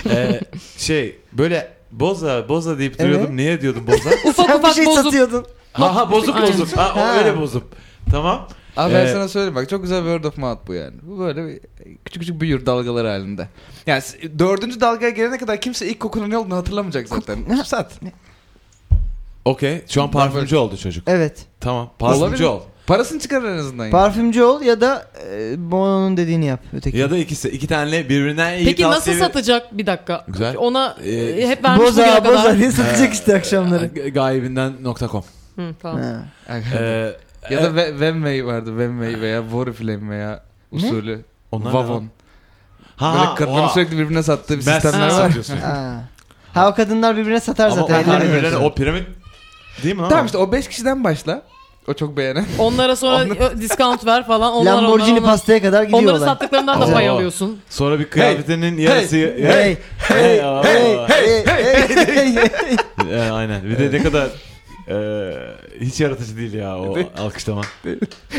[SPEAKER 2] Ee, şey böyle boza boza deyip
[SPEAKER 4] Evet.
[SPEAKER 2] duruyordum. Niye diyordum boza?
[SPEAKER 3] Ufak
[SPEAKER 4] Sen bir
[SPEAKER 3] ufak
[SPEAKER 4] şey
[SPEAKER 3] bozup
[SPEAKER 4] satıyordun.
[SPEAKER 2] ha ha bozup
[SPEAKER 3] Aynen.
[SPEAKER 2] bozup. Ha, o
[SPEAKER 4] Ha.
[SPEAKER 2] öyle bozup. Tamam.
[SPEAKER 5] Abi ben
[SPEAKER 2] Ee,
[SPEAKER 5] sana söyleyeyim bak çok güzel word of mouth bu yani. Bu böyle bir- küçük küçük büyür dalgalar halinde. Yani s- dördüncü dalgaya gelene kadar kimse ilk kokunun ne olduğunu hatırlamayacak zaten. Sat.
[SPEAKER 2] Okey. Şu an parfümcü oldu çocuk.
[SPEAKER 4] Evet.
[SPEAKER 2] Tamam. Parfümcü
[SPEAKER 5] Olabilir.
[SPEAKER 2] ol.
[SPEAKER 5] Parasını çıkar en azından. yani.
[SPEAKER 4] Parfümcü ol ya da e, Bono'nun dediğini yap öteki.
[SPEAKER 2] Ya da ikisi. iki tane birbirinden iyi
[SPEAKER 3] Peki nasıl
[SPEAKER 2] tavsiye-
[SPEAKER 3] satacak? Bir dakika.
[SPEAKER 2] Güzel.
[SPEAKER 3] Ona
[SPEAKER 2] Ee,
[SPEAKER 3] e, hep vermiş bugüne
[SPEAKER 4] boza
[SPEAKER 3] kadar.
[SPEAKER 4] boza diye satacak işte akşamları.
[SPEAKER 2] Ga- Gayibinden.com
[SPEAKER 3] Hı, tamam.
[SPEAKER 4] Ha.
[SPEAKER 2] ee,
[SPEAKER 5] ya da ve- Venmey vardı. Venmey veya Voriflame veya usulü.
[SPEAKER 2] Onlar ne
[SPEAKER 5] Vavon.
[SPEAKER 2] lan? ha,
[SPEAKER 5] Böyle kadınların
[SPEAKER 2] oha.
[SPEAKER 5] sürekli birbirine sattığı bir
[SPEAKER 2] Mers-
[SPEAKER 5] sistemler var.
[SPEAKER 2] satıyorsun.
[SPEAKER 4] Ha. ha o kadınlar birbirine satar
[SPEAKER 2] Ama
[SPEAKER 4] zaten.
[SPEAKER 2] onlar
[SPEAKER 4] ellemeyin.
[SPEAKER 2] birbirlerine o piramit değil mi lan?
[SPEAKER 5] Tamam işte o 5 kişiden başla. O çok beğenen.
[SPEAKER 3] Onlara sonra ö- discount ver falan. Onlar,
[SPEAKER 4] Lamborghini
[SPEAKER 3] onlar, onlar.
[SPEAKER 4] pastaya kadar gidiyor
[SPEAKER 3] Onları
[SPEAKER 4] olay.
[SPEAKER 3] sattıklarından da
[SPEAKER 2] Oo.
[SPEAKER 3] pay alıyorsun.
[SPEAKER 2] Sonra bir kıyafetinin yarısı...
[SPEAKER 4] Hey,
[SPEAKER 2] hey,
[SPEAKER 4] hey, hey, hey, hey, hey.
[SPEAKER 2] Ee, aynen. Bir de ne kadar eee, hiç yaratıcı değil ya o alkışlama.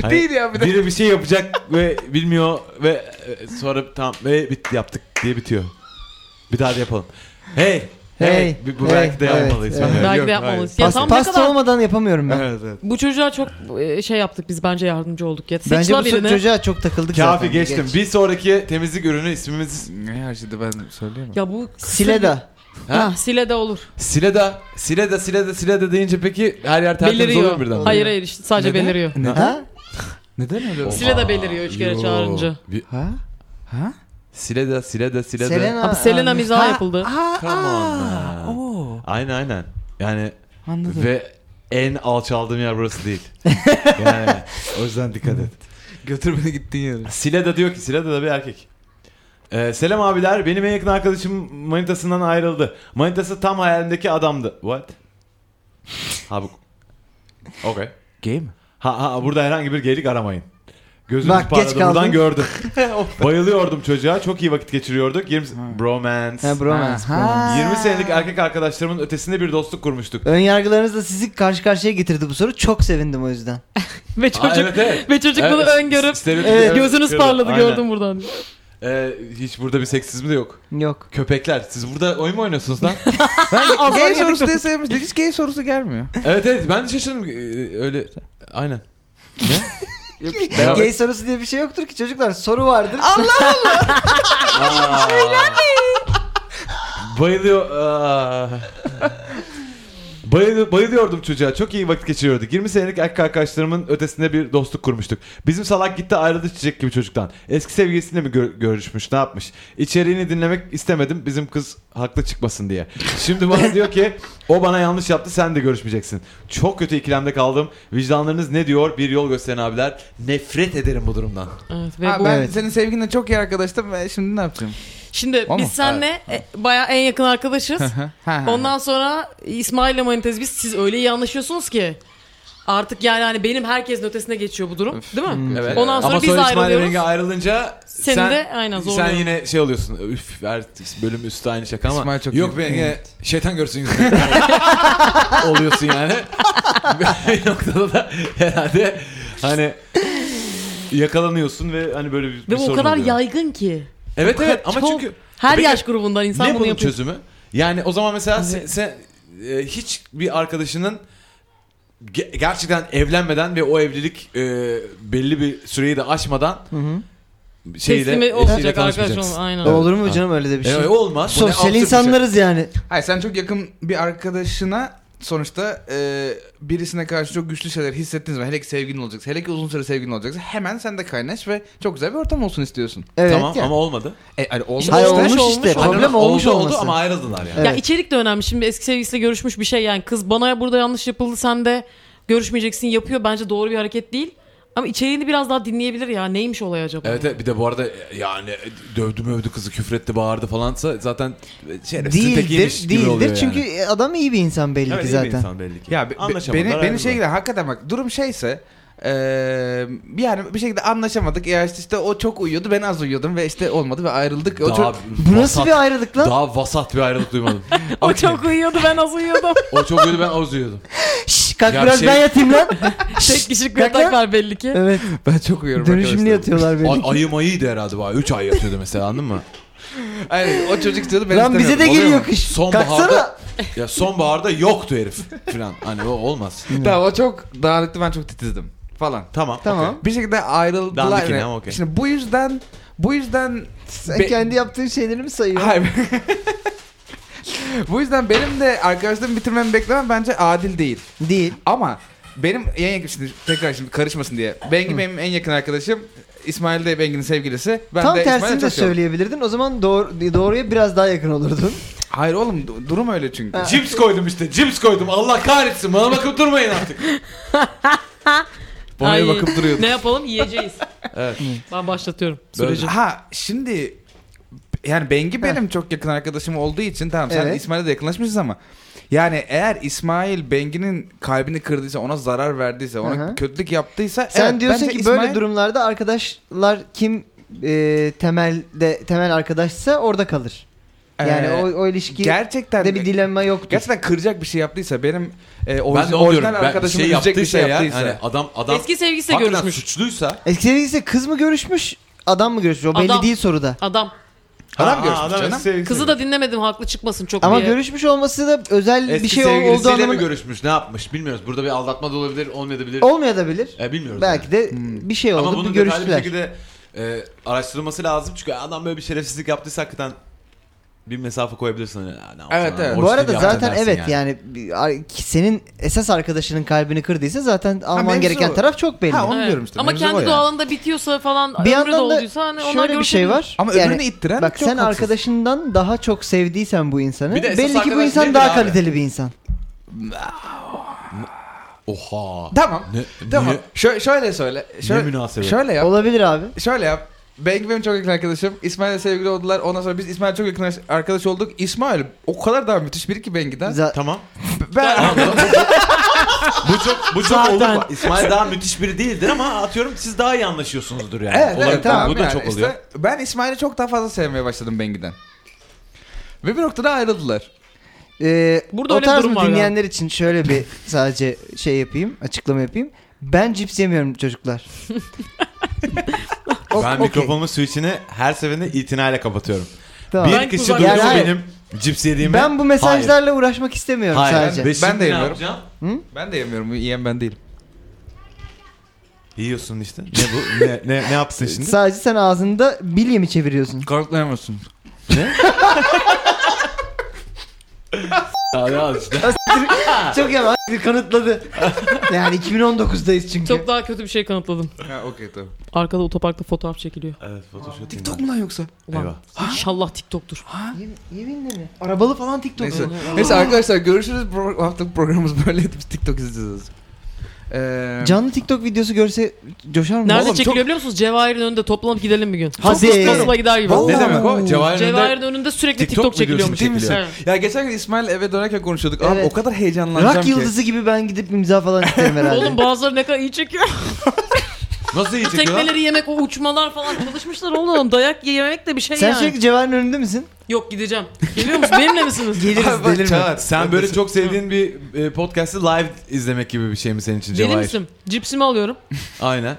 [SPEAKER 2] Hani
[SPEAKER 5] Değil ya bir de.
[SPEAKER 2] Biri bir şey yapacak ve bilmiyor ve e, sonra tam ve bit yaptık diye bitiyor. Bir daha da yapalım. Hey. Hey.
[SPEAKER 4] Hey,
[SPEAKER 2] Bu- Bu
[SPEAKER 4] hey,
[SPEAKER 2] belki de
[SPEAKER 4] evet,
[SPEAKER 2] yapmalıyız.
[SPEAKER 4] evet.
[SPEAKER 2] bilmiyorum.
[SPEAKER 3] Belki
[SPEAKER 5] yok,
[SPEAKER 3] de yapmalıyız. Ya
[SPEAKER 4] Pas-
[SPEAKER 3] tam ne
[SPEAKER 4] pasta
[SPEAKER 3] kadar
[SPEAKER 4] olmadan yapamıyorum ben.
[SPEAKER 5] Evet evet.
[SPEAKER 3] bu çocuğa çok e, şey yaptık biz bence yardımcı olduk ya.
[SPEAKER 4] Bence bu
[SPEAKER 3] Seçtiler
[SPEAKER 4] so-
[SPEAKER 3] birini.
[SPEAKER 4] çocuğa çok takıldık
[SPEAKER 2] Kafi
[SPEAKER 4] zaten.
[SPEAKER 2] geçtim.
[SPEAKER 4] Geç.
[SPEAKER 2] Bir sonraki temizlik ürünü ismimiz
[SPEAKER 5] Ne her şeyde ben söyleyemem.
[SPEAKER 3] Ya bu
[SPEAKER 4] Sileda.
[SPEAKER 3] Ha, sile de olur.
[SPEAKER 2] Sileda. Sileda, Sileda, Sileda deyince peki her yer tertemiz oluyor
[SPEAKER 3] beliriyor.
[SPEAKER 2] birden. mi?
[SPEAKER 3] Hayır hayır işte sadece
[SPEAKER 5] Neden?
[SPEAKER 3] beliriyor.
[SPEAKER 4] Ha?
[SPEAKER 5] Neden öyle? oldu?
[SPEAKER 3] Sile de beliriyor üç kere
[SPEAKER 2] Yo.
[SPEAKER 3] çağırınca.
[SPEAKER 2] Bir-
[SPEAKER 5] Ha? Ha?
[SPEAKER 2] Sileda, Sileda, Sileda.
[SPEAKER 4] Selena.
[SPEAKER 3] Abi Selena
[SPEAKER 4] Ha,
[SPEAKER 3] mizahı yapıldı.
[SPEAKER 2] Come on man. Aynen aynen. Yani
[SPEAKER 5] Anladım.
[SPEAKER 2] Ve en alçaldığım yer burası değil. yani o yüzden dikkat et.
[SPEAKER 5] Götür beni gittiğin yere.
[SPEAKER 2] Sileda diyor ki Sileda da bir erkek. Ee, selam abiler benim en yakın arkadaşım manitasından ayrıldı. Manitası tam hayalimdeki adamdı. What? Ha bu. Okey.
[SPEAKER 5] Gay mi?
[SPEAKER 2] Ha, ha burada herhangi bir geylik aramayın. Gözünüz
[SPEAKER 4] Bak, geç
[SPEAKER 2] parladı buradan
[SPEAKER 4] kaldın.
[SPEAKER 2] gördüm. Bayılıyordum çocuğa çok iyi vakit geçiriyorduk. 20... Bromance.
[SPEAKER 4] Ha, bromance.
[SPEAKER 5] Ha.
[SPEAKER 4] bromance.
[SPEAKER 2] 20 senelik erkek arkadaşlarımın ötesinde bir dostluk kurmuştuk.
[SPEAKER 4] Önyargılarınız da sizi karşı karşıya getirdi bu soru. Çok sevindim o yüzden.
[SPEAKER 3] Ve çocuk
[SPEAKER 2] evet, evet.
[SPEAKER 3] ve çocuk bunu
[SPEAKER 2] Evet,
[SPEAKER 3] öngörüp
[SPEAKER 2] stereotip-
[SPEAKER 4] Evet,
[SPEAKER 2] evet,
[SPEAKER 3] gözünüz
[SPEAKER 2] kırdı.
[SPEAKER 3] parladı
[SPEAKER 2] Aynen.
[SPEAKER 3] gördüm buradan.
[SPEAKER 2] Ee, hiç burada bir seksizmi de yok.
[SPEAKER 4] Yok.
[SPEAKER 2] Köpekler siz burada oyun mu oynuyorsunuz lan?
[SPEAKER 5] Ben gay sorusu diye sevmiş. Hiç gay sorusu gelmiyor.
[SPEAKER 2] evet evet ben de şaşırdım. Ee, Öyle aynen.
[SPEAKER 5] Beraber-
[SPEAKER 4] Gay sorusu diye bir şey yoktur ki çocuklar. Soru vardır.
[SPEAKER 2] Bayılıyor. Aa. Bayılı- bayılıyordum çocuğa. Çok iyi vakit geçiriyorduk. 20 senelik erkek arkadaşlarımın ötesinde bir dostluk kurmuştuk. Bizim salak gitti ayrıldı çiçek gibi çocuktan. Eski sevgilisiyle mi gö- görüşmüş ne yapmış? İçeriğini dinlemek istemedim bizim kız haklı çıkmasın diye. Şimdi bana diyor ki o bana yanlış yaptı sen de görüşmeyeceksin. Çok kötü ikilemde kaldım. Vicdanlarınız ne diyor? Bir yol gösterin abiler. Nefret ederim bu durumdan.
[SPEAKER 3] Evet, ve
[SPEAKER 5] Ha,
[SPEAKER 3] bu-
[SPEAKER 5] ben
[SPEAKER 4] Evet.
[SPEAKER 5] senin sevgilinle çok iyi arkadaştım. Ben şimdi ne yapacağım?
[SPEAKER 3] Şimdi
[SPEAKER 5] O mu?
[SPEAKER 3] biz senle baya en yakın arkadaşız.
[SPEAKER 5] Ha, ha.
[SPEAKER 3] Ondan sonra İsmail'le manitez biz siz öyle iyi anlaşıyorsunuz ki. Artık yani hani benim herkesin ötesine geçiyor bu durum.
[SPEAKER 5] Öf.
[SPEAKER 3] Değil mi?
[SPEAKER 2] Evet.
[SPEAKER 3] Ondan sonra
[SPEAKER 2] Ama
[SPEAKER 3] biz
[SPEAKER 2] sonra İsmail
[SPEAKER 3] ayrılıyoruz.
[SPEAKER 2] Renge ayrılınca
[SPEAKER 3] Seni
[SPEAKER 2] sen,
[SPEAKER 3] de aynen
[SPEAKER 2] sen
[SPEAKER 3] zorluyorum.
[SPEAKER 2] yine şey oluyorsun. Üf her bölüm üstü aynı şaka ama.
[SPEAKER 5] İsmail çok
[SPEAKER 2] yok
[SPEAKER 5] iyi.
[SPEAKER 2] be yine şeytan görsün yüzünü. oluyorsun yani. bir noktada da herhalde hani yakalanıyorsun ve hani böyle bir, bir
[SPEAKER 3] Ve bu o
[SPEAKER 2] sorun
[SPEAKER 3] kadar
[SPEAKER 2] oluyor.
[SPEAKER 3] yaygın ki.
[SPEAKER 2] Evet evet ama
[SPEAKER 3] Çok-
[SPEAKER 2] çünkü
[SPEAKER 3] Her
[SPEAKER 2] Peki,
[SPEAKER 3] yaş grubundan insan
[SPEAKER 2] ne
[SPEAKER 3] bunu
[SPEAKER 2] bunun
[SPEAKER 3] yapıyor.
[SPEAKER 2] çözümü? Yani o zaman mesela sen, sen e, hiç bir arkadaşının ge- gerçekten evlenmeden ve o evlilik e, belli bir süreyi de aşmadan şeyle
[SPEAKER 3] Teslimi
[SPEAKER 2] eşiyle
[SPEAKER 3] olacak arkadaş
[SPEAKER 2] tanışmayacaksın.
[SPEAKER 3] olma. Aynen.
[SPEAKER 4] Olur mu canım öyle de bir şey?
[SPEAKER 2] E, olmaz. Bu ne absürt
[SPEAKER 4] Sosyal
[SPEAKER 2] bir şey.
[SPEAKER 4] insanlarız yani.
[SPEAKER 5] Hayır sen çok yakın bir arkadaşına sonuçta e, birisine karşı çok güçlü şeyler hissettiğiniz zaman hele ki sevgilin olacaksa hele ki uzun süre sevgilin olacaksa hemen sen de kaynaş ve çok güzel bir ortam olsun istiyorsun.
[SPEAKER 4] Evet
[SPEAKER 2] tamam
[SPEAKER 4] ya.
[SPEAKER 2] ama olmadı.
[SPEAKER 5] E, hani olmuş
[SPEAKER 4] Hayır
[SPEAKER 5] işte.
[SPEAKER 4] olmuş,
[SPEAKER 3] olmuş,
[SPEAKER 4] işte.
[SPEAKER 3] olmuş.
[SPEAKER 4] Problem
[SPEAKER 2] Oldu,
[SPEAKER 4] olmuş
[SPEAKER 2] oldu,
[SPEAKER 4] olması.
[SPEAKER 2] ama ayrıldılar yani.
[SPEAKER 3] Ya
[SPEAKER 4] Evet.
[SPEAKER 3] içerik de önemli. Şimdi eski sevgilisiyle görüşmüş bir şey yani kız bana burada yanlış yapıldı sen de görüşmeyeceksin yapıyor. Bence doğru bir hareket değil. Ama içeriğini biraz daha dinleyebilir ya. Neymiş olay acaba?
[SPEAKER 2] Evet evet, bir de bu arada e, yani dövdü mövdü kızı küfretti bağırdı falansa zaten e, şey, şerefsizin tekiymiş
[SPEAKER 4] Değildir,
[SPEAKER 2] gibi oluyor
[SPEAKER 4] değildir
[SPEAKER 2] yani.
[SPEAKER 4] çünkü e, adam iyi bir insan belli
[SPEAKER 2] Evet,
[SPEAKER 4] ki
[SPEAKER 2] iyi bir
[SPEAKER 4] zaten.
[SPEAKER 2] insan belli ki.
[SPEAKER 5] Ya be- be-
[SPEAKER 2] Anlaşamadılar,
[SPEAKER 5] beni beni şey
[SPEAKER 2] ayrıldılar.
[SPEAKER 5] gibi hakikaten bak durum şeyse e, yani bir şekilde anlaşamadık. Ya işte, işte o çok uyuyordu ben az uyuyordum ve işte olmadı ve ayrıldık. O
[SPEAKER 2] Daha
[SPEAKER 5] çok
[SPEAKER 4] Bu nasıl
[SPEAKER 2] vasat-
[SPEAKER 4] bir ayrılık lan?
[SPEAKER 2] Daha vasat bir ayrılık duymadım.
[SPEAKER 3] o çok uyuyordu ben az uyuyordum.
[SPEAKER 2] o çok uyudu ben az uyuyordum.
[SPEAKER 4] Şşş kalk
[SPEAKER 2] Ya
[SPEAKER 4] biraz
[SPEAKER 2] şey-
[SPEAKER 4] ben yatayım lan.
[SPEAKER 3] Tek
[SPEAKER 5] Şey-
[SPEAKER 3] kişilik bir
[SPEAKER 4] Kalk lan.
[SPEAKER 3] yatak var belli ki.
[SPEAKER 4] evet
[SPEAKER 5] ben çok uyuyorum
[SPEAKER 4] dönüşümlü
[SPEAKER 5] arkadaşlar.
[SPEAKER 4] yatıyorlar belli
[SPEAKER 2] Ay,
[SPEAKER 4] ki.
[SPEAKER 2] ayı mayıydı herhalde bari. 3 ay yatıyordu mesela anladın mı?
[SPEAKER 5] Hayır o çocuk istiyordu ben
[SPEAKER 4] Lan bize de
[SPEAKER 5] istemiyordum. Oluyor mu?
[SPEAKER 4] geliyor kış.
[SPEAKER 2] Sonbaharda-
[SPEAKER 4] Kalksana.
[SPEAKER 2] Ya sonbaharda yoktu herif falan. Hani o olmaz.
[SPEAKER 5] Tamam o çok dağınıktı ben çok titizdim falan.
[SPEAKER 2] Tamam.
[SPEAKER 4] Tamam.
[SPEAKER 5] Bir şekilde ayrıldılar.
[SPEAKER 2] Dandik yine
[SPEAKER 5] Yani.
[SPEAKER 2] ama okey.
[SPEAKER 5] Şimdi bu yüzden bu yüzden
[SPEAKER 4] Sen
[SPEAKER 5] Be-
[SPEAKER 4] kendi yaptığın şeyleri mi sayıyorsun?
[SPEAKER 5] hayır. bu yüzden benim de arkadaşlarımı bitirmemi beklemem bence adil değil.
[SPEAKER 4] Değil.
[SPEAKER 5] Ama benim en yakın şimdi tekrar şimdi karışmasın diye. Bengi benim en yakın arkadaşım. İsmail de Bengi'nin sevgilisi. Ben
[SPEAKER 4] Tam
[SPEAKER 5] de İsmail'e
[SPEAKER 4] tersini
[SPEAKER 5] çok şey-
[SPEAKER 4] de
[SPEAKER 5] yoğun.
[SPEAKER 4] söyleyebilirdin. O zaman doğru, doğruya biraz daha yakın olurdun.
[SPEAKER 5] Hayır oğlum du- durum öyle çünkü.
[SPEAKER 4] Ha.
[SPEAKER 2] Cips koydum işte. Cips koydum. Allah kahretsin. Bana bakıp durmayın artık.
[SPEAKER 5] Bana
[SPEAKER 3] Ay,
[SPEAKER 5] bakıp duruyordu.
[SPEAKER 3] Ne yapalım yiyeceğiz.
[SPEAKER 2] Evet.
[SPEAKER 3] Ben başlatıyorum
[SPEAKER 2] Böyle-
[SPEAKER 3] süreci.
[SPEAKER 5] Ha şimdi yani Bengi benim çok yakın arkadaşım olduğu için tamam sen
[SPEAKER 4] Evet.
[SPEAKER 5] İsmail'e de yakınlaşmışız ama yani eğer İsmail Bengi'nin kalbini kırdıysa ona zarar verdiyse ona
[SPEAKER 4] Aha.
[SPEAKER 5] kötülük yaptıysa
[SPEAKER 4] Sen
[SPEAKER 5] evet,
[SPEAKER 4] diyorsun
[SPEAKER 5] bence
[SPEAKER 4] ki
[SPEAKER 5] İsmail-
[SPEAKER 4] böyle durumlarda arkadaşlar kim e, temelde temel arkadaşsa orada kalır. Yani
[SPEAKER 5] Ee,
[SPEAKER 4] o, o ilişki
[SPEAKER 5] gerçekten
[SPEAKER 4] de bir dilemma yoktur.
[SPEAKER 5] gerçekten kıracak bir şey yaptıysa benim e,
[SPEAKER 2] ben de
[SPEAKER 5] orijinal,
[SPEAKER 2] onu diyorum.
[SPEAKER 5] orijinal
[SPEAKER 2] Ben
[SPEAKER 5] arkadaşımı
[SPEAKER 2] şey
[SPEAKER 5] üzecek
[SPEAKER 2] yaptıysa
[SPEAKER 5] bir şey
[SPEAKER 2] ya.
[SPEAKER 5] yaptıysa.
[SPEAKER 2] Hani adam adam
[SPEAKER 3] Eski sevgilisiyle
[SPEAKER 2] hakikaten
[SPEAKER 3] görüşmüş.
[SPEAKER 2] suçluysa.
[SPEAKER 4] Eski sevgilisi kız mı görüşmüş, adam mı görüşmüş? O belli
[SPEAKER 3] Adam.
[SPEAKER 4] değil soruda.
[SPEAKER 3] Adam.
[SPEAKER 5] Adam
[SPEAKER 2] Ha,
[SPEAKER 5] görüşmüş canım.
[SPEAKER 2] eski sevgilisiyle
[SPEAKER 3] Kızı da dinlemedim haklı çıkmasın çok
[SPEAKER 4] Ama
[SPEAKER 3] diye.
[SPEAKER 4] görüşmüş olması da özel
[SPEAKER 2] Eski
[SPEAKER 4] bir şey ol- olduğu
[SPEAKER 2] sevgilisiyle mi
[SPEAKER 4] anlamına
[SPEAKER 2] görüşmüş? Ne yapmış? Bilmiyoruz. Burada bir aldatma da olabilir, olmayabilir.
[SPEAKER 4] olmayabilir.
[SPEAKER 2] E, bilmiyoruz.
[SPEAKER 4] Belki de bir şey
[SPEAKER 2] yani. Hmm. Ama
[SPEAKER 4] oldu,
[SPEAKER 2] bunun
[SPEAKER 4] bir
[SPEAKER 2] detaylı bir
[SPEAKER 4] görüştüler.
[SPEAKER 2] şekilde e, araştırılması lazım. Çünkü adam böyle bir şerefsizlik yaptıysa hakikaten bir mesafe koyabilirsin. Hani, Yani, altına.
[SPEAKER 5] Evet, evet.
[SPEAKER 2] Orijinal
[SPEAKER 4] Bu arada
[SPEAKER 2] yaptın
[SPEAKER 4] zaten
[SPEAKER 2] dersin
[SPEAKER 4] evet yani, bir- ar- senin esas arkadaşının kalbini kırdıysa zaten alman
[SPEAKER 5] mevzu
[SPEAKER 4] gereken
[SPEAKER 5] o.
[SPEAKER 4] taraf çok belli.
[SPEAKER 5] Ha, onu diyorum işte,
[SPEAKER 3] Ama
[SPEAKER 5] mevzu o
[SPEAKER 3] kendi
[SPEAKER 5] yani.
[SPEAKER 3] doğalında bitiyorsa falan
[SPEAKER 4] bir
[SPEAKER 3] ömrü de
[SPEAKER 4] yandan da
[SPEAKER 3] olduysa hani onlar
[SPEAKER 4] şöyle bir şey var.
[SPEAKER 5] Ama
[SPEAKER 4] Yani-
[SPEAKER 5] öbürünü ittiren
[SPEAKER 4] Bak
[SPEAKER 5] çok
[SPEAKER 4] sen
[SPEAKER 5] haksız.
[SPEAKER 4] arkadaşından daha çok sevdiysen bu insanı.
[SPEAKER 2] Bir de esas
[SPEAKER 4] Belli ki bu
[SPEAKER 2] arkadaş
[SPEAKER 4] insan
[SPEAKER 2] nedir
[SPEAKER 4] daha
[SPEAKER 2] abi?
[SPEAKER 4] kaliteli bir insan.
[SPEAKER 2] Oha.
[SPEAKER 5] Tamam.
[SPEAKER 2] Ne-
[SPEAKER 5] Tamam.
[SPEAKER 2] ne-
[SPEAKER 5] Şö- şöyle söyle. Şöyle,
[SPEAKER 2] münasebet.
[SPEAKER 5] Şöyle yap.
[SPEAKER 4] Olabilir abi.
[SPEAKER 5] Şöyle yap. Bengi benim çok yakın arkadaşım. İsmail'le sevgili oldular. Ondan sonra biz İsmail'le çok yakın arkadaş olduk. İsmail o kadar daha müthiş biri ki Bengi'den.
[SPEAKER 4] Za-
[SPEAKER 2] Tamam.
[SPEAKER 5] ben
[SPEAKER 2] Ama bu, bu- bu çok bu çok
[SPEAKER 3] Zaten.
[SPEAKER 2] olur. mu? İsmail daha müthiş biri değildir ama atıyorum siz daha iyi anlaşıyorsunuzdur yani.
[SPEAKER 5] Evet,
[SPEAKER 2] Olabilir.
[SPEAKER 5] evet tamam.
[SPEAKER 2] Bu da
[SPEAKER 5] yani
[SPEAKER 2] çok
[SPEAKER 5] işte
[SPEAKER 2] oluyor.
[SPEAKER 5] ben İsmail'i çok daha fazla sevmeye başladım Bengi'den. Ve bir noktada ayrıldılar.
[SPEAKER 4] Ee,
[SPEAKER 3] Burada
[SPEAKER 4] o
[SPEAKER 3] öyle bir
[SPEAKER 4] tarz
[SPEAKER 3] durum
[SPEAKER 4] mı
[SPEAKER 3] var
[SPEAKER 4] dinleyenler için şöyle bir sadece şey yapayım, açıklama yapayım. Ben cips yemiyorum çocuklar. O-
[SPEAKER 2] ben
[SPEAKER 4] okey.
[SPEAKER 2] mikrofonumun switchini her seferinde itinayla kapatıyorum.
[SPEAKER 4] Tamam.
[SPEAKER 2] Bir
[SPEAKER 3] Ben
[SPEAKER 2] kişi
[SPEAKER 3] kuzak-
[SPEAKER 2] duyuyor
[SPEAKER 4] Yani hayır.
[SPEAKER 2] benim cips yediğimi.
[SPEAKER 4] Ben bu mesajlarla uğraşmak istemiyorum
[SPEAKER 2] Hayır.
[SPEAKER 4] sadece.
[SPEAKER 2] Ve şimdi
[SPEAKER 5] de
[SPEAKER 2] ne
[SPEAKER 5] yemiyorum.
[SPEAKER 2] yapacağım?
[SPEAKER 5] Ben de yemiyorum. Yiyen ben değilim.
[SPEAKER 2] Yiyorsun işte. Ne bu? ne, ne, ne yapsın şimdi?
[SPEAKER 4] Sadece sen ağzında bilye mi çeviriyorsun?
[SPEAKER 5] Kanıtlayamazsın.
[SPEAKER 2] Abi al işte.
[SPEAKER 4] Çok yaman kanıtladı. yani 2019'dayız çünkü.
[SPEAKER 3] Çok daha kötü bir şey kanıtladım.
[SPEAKER 5] Ha okey tamam.
[SPEAKER 3] Arkada otoparkta fotoğraf çekiliyor.
[SPEAKER 2] Evet Photoshop.
[SPEAKER 5] TikTok mu lan yoksa?
[SPEAKER 3] Ulan
[SPEAKER 2] Eyvah.
[SPEAKER 3] inşallah TikTok'tur.
[SPEAKER 4] Yemin- Yeminle mi? Arabalı falan TikTok.
[SPEAKER 5] Neyse. Neyse arkadaşlar görüşürüz. Pro- haftalık programımız böyleydi. Biz TikTok izleyeceğiz. Ee,
[SPEAKER 4] Canlı TikTok videosu görse coşar mı?
[SPEAKER 3] Nerede
[SPEAKER 5] Oğlum,
[SPEAKER 3] çekiliyor biliyor musunuz? Cevahir'in önünde toplanıp gidelim bir gün.
[SPEAKER 4] Hadi.
[SPEAKER 3] Çok kasaba gider gibi.
[SPEAKER 4] Vallahi.
[SPEAKER 2] Ne demek o? Cevahir'in önünde
[SPEAKER 3] Cevahir'in önünde sürekli
[SPEAKER 2] TikTok
[SPEAKER 3] TikTok,
[SPEAKER 2] videosu
[SPEAKER 3] çekiliyormuş.
[SPEAKER 5] değil mi sen?
[SPEAKER 3] Evet.
[SPEAKER 5] Ya geçen gün İsmail eve dönerken konuşuyorduk. Abi
[SPEAKER 4] Evet.
[SPEAKER 5] o kadar heyecanlanacağım
[SPEAKER 4] Rock
[SPEAKER 5] ki.
[SPEAKER 4] yıldızı gibi ben gidip imza falan isterim herhalde.
[SPEAKER 3] Oğlum bazıları ne kadar iyi çekiyor.
[SPEAKER 2] Nasıl iyi çekiyor lan?
[SPEAKER 3] Tekneleri yemek, o uçmalar falan çalışmışlar oğlum. Dayak yemek de bir şey
[SPEAKER 4] Sen
[SPEAKER 3] yani.
[SPEAKER 4] sürekli Cevher'in önünde misin?
[SPEAKER 3] Yok gideceğim. Geliyor musun? Benimle misiniz?
[SPEAKER 5] Abi
[SPEAKER 4] Geliriz
[SPEAKER 5] bak,
[SPEAKER 4] delirme.
[SPEAKER 5] çağır.
[SPEAKER 2] Sen böyle çok sevdiğin bir e, podcast'ı live izlemek gibi bir şey mi senin için
[SPEAKER 3] Deli
[SPEAKER 2] Cevahir?
[SPEAKER 3] misin? Cipsimi alıyorum.
[SPEAKER 2] Aynen.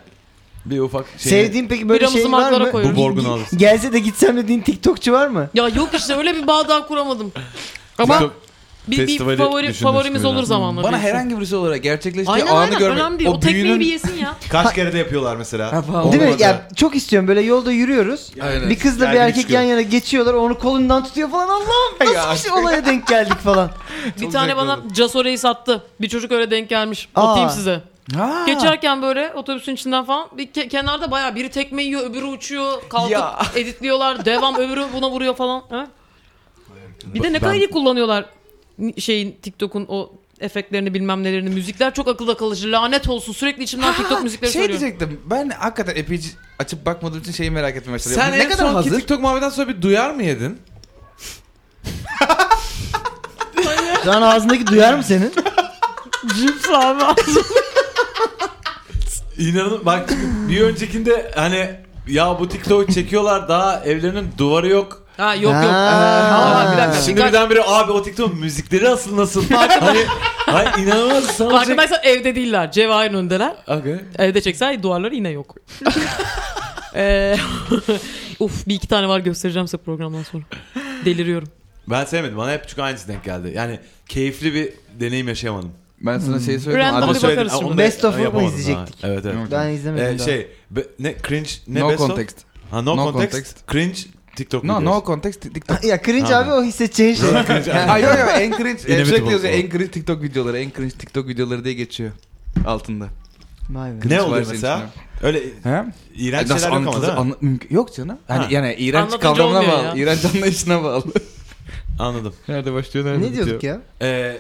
[SPEAKER 2] Bir ufak şey.
[SPEAKER 4] Sevdiğin peki böyle
[SPEAKER 3] Biramızı
[SPEAKER 4] şey var
[SPEAKER 3] maklara
[SPEAKER 4] mı?
[SPEAKER 3] koyuyoruz.
[SPEAKER 2] Bu borgunu alırsın.
[SPEAKER 4] Gelse de gitsem dediğin TikTokçu var mı?
[SPEAKER 3] Ya yok işte öyle bir bağ daha kuramadım. Ama
[SPEAKER 2] TikTok
[SPEAKER 3] bir, bir
[SPEAKER 2] festivali
[SPEAKER 3] favori,
[SPEAKER 2] düşünürsün
[SPEAKER 3] favorimiz
[SPEAKER 2] biraz.
[SPEAKER 3] olur zamanla.
[SPEAKER 5] Bana
[SPEAKER 3] birisi.
[SPEAKER 5] herhangi şey- birisi olarak gerçekleştiği
[SPEAKER 3] Aynen
[SPEAKER 5] anı
[SPEAKER 3] aynen
[SPEAKER 5] görmek.
[SPEAKER 3] önemli değil. O, tekneyi
[SPEAKER 5] büyünün-
[SPEAKER 3] bir yesin ya.
[SPEAKER 2] kaç kere de yapıyorlar mesela.
[SPEAKER 5] Ha, falan.
[SPEAKER 4] Değil mi?
[SPEAKER 5] Olmadı.
[SPEAKER 4] Ya çok istiyorum böyle yolda yürüyoruz.
[SPEAKER 5] Aynen.
[SPEAKER 4] Bir kızla bir
[SPEAKER 2] Gergin
[SPEAKER 4] erkek
[SPEAKER 2] çıkıyor.
[SPEAKER 4] yan yana geçiyorlar. Onu kolundan tutuyor falan. Allah'ım
[SPEAKER 5] Ya.
[SPEAKER 4] nasıl bir şey olaya denk geldik falan.
[SPEAKER 3] Bir tane
[SPEAKER 5] zevkli
[SPEAKER 3] bana Casore'yi sattı. Bir çocuk öyle denk gelmiş. Atayım
[SPEAKER 4] Aa.
[SPEAKER 3] size.
[SPEAKER 5] Ha.
[SPEAKER 3] Geçerken böyle otobüsün içinden falan bir ke- kenarda bayağı biri tekme yiyor, öbürü uçuyor, kalkıp
[SPEAKER 5] Ya.
[SPEAKER 3] editliyorlar, devam öbürü buna vuruyor falan. Ha? Bir de ne kadar
[SPEAKER 2] Ben-
[SPEAKER 3] iyi kullanıyorlar ni- şeyin TikTok'un o efektlerini bilmem nelerini. Müzikler çok akılda kalıcı. Lanet olsun sürekli içimden TikTok müzikleri
[SPEAKER 5] şey
[SPEAKER 3] söylüyorum.
[SPEAKER 5] diyecektim. Ben hakikaten epey c- açıp bakmadığım için şeyi merak etmeye başladım.
[SPEAKER 2] Sen
[SPEAKER 5] Bu
[SPEAKER 2] ne en kadar hazır? TikTok muhabbetinden sonra bir duyar mı yedin?
[SPEAKER 4] Can ağzındaki duyar mı senin?
[SPEAKER 3] Cips abi.
[SPEAKER 2] İnanın bak çünkü bir öncekinde hani ya bu TikTok çekiyorlar daha evlerinin duvarı yok.
[SPEAKER 3] ha yok yok.
[SPEAKER 4] Ha.
[SPEAKER 3] Ha, bir dakika.
[SPEAKER 2] Şimdi
[SPEAKER 3] Birkaç-
[SPEAKER 2] birdenbire abi o TikTok müzikleri asıl nasıl? hani, hani inanılmaz sanacak.
[SPEAKER 3] Farkındaysan evde değiller. Cevahir'in öndeler.
[SPEAKER 2] Okay.
[SPEAKER 3] Evde çeksen duvarları yine yok. Ee, Uf bir iki tane var göstereceğim size programdan sonra. Deliriyorum.
[SPEAKER 2] Ben sevmedim. Bana hep çünkü aynısı denk geldi. Yani keyifli bir deneyim yaşayamadım.
[SPEAKER 5] Ben
[SPEAKER 2] Hmm.
[SPEAKER 5] sana şey söyledim.
[SPEAKER 3] Random
[SPEAKER 5] Abi,
[SPEAKER 3] bir
[SPEAKER 2] söyledin,
[SPEAKER 3] bakarız
[SPEAKER 2] ama
[SPEAKER 3] şimdi.
[SPEAKER 2] onu da
[SPEAKER 4] Best of'u mu
[SPEAKER 2] yapamadım daha.
[SPEAKER 4] izleyecektik?
[SPEAKER 2] Evet evet.
[SPEAKER 5] Yok.
[SPEAKER 4] Ben izlemedim
[SPEAKER 2] Ee,
[SPEAKER 4] daha.
[SPEAKER 2] şey be- ne cringe ne
[SPEAKER 5] no
[SPEAKER 2] best of?
[SPEAKER 5] context.
[SPEAKER 2] Ha no,
[SPEAKER 5] No
[SPEAKER 2] context,
[SPEAKER 5] context.
[SPEAKER 2] cringe TikTok
[SPEAKER 5] No,
[SPEAKER 2] videosu.
[SPEAKER 5] no context TikTok.
[SPEAKER 4] Ya cringe
[SPEAKER 2] Ha.
[SPEAKER 4] abi o hissedeceğin şey.
[SPEAKER 5] Ay yok yok en cringe.
[SPEAKER 2] Inevitable
[SPEAKER 5] Sürekli yazıyor,
[SPEAKER 2] falan.
[SPEAKER 5] en cringe TikTok videoları, en cringe TikTok videoları diye geçiyor altında.
[SPEAKER 4] Vay be.
[SPEAKER 2] ne
[SPEAKER 5] Var
[SPEAKER 2] oluyor
[SPEAKER 5] senin
[SPEAKER 2] mesela?
[SPEAKER 5] içinde.
[SPEAKER 2] Öyle
[SPEAKER 5] He?
[SPEAKER 2] iğrenç
[SPEAKER 5] Nasıl
[SPEAKER 2] şeyler yok ama
[SPEAKER 5] anlatılır-
[SPEAKER 2] değil mi?
[SPEAKER 5] anla- mümkün- yok canım. Hani
[SPEAKER 2] Ha.
[SPEAKER 5] yani iğrenç
[SPEAKER 3] Anlatınca
[SPEAKER 5] kavramına
[SPEAKER 3] olmuyor
[SPEAKER 5] bağlı,
[SPEAKER 3] ya.
[SPEAKER 5] iğrenç anlayışına bağlı.
[SPEAKER 2] Anladım.
[SPEAKER 5] nerede başlıyor, nerede
[SPEAKER 4] Ne diyorduk ya?
[SPEAKER 2] Ee,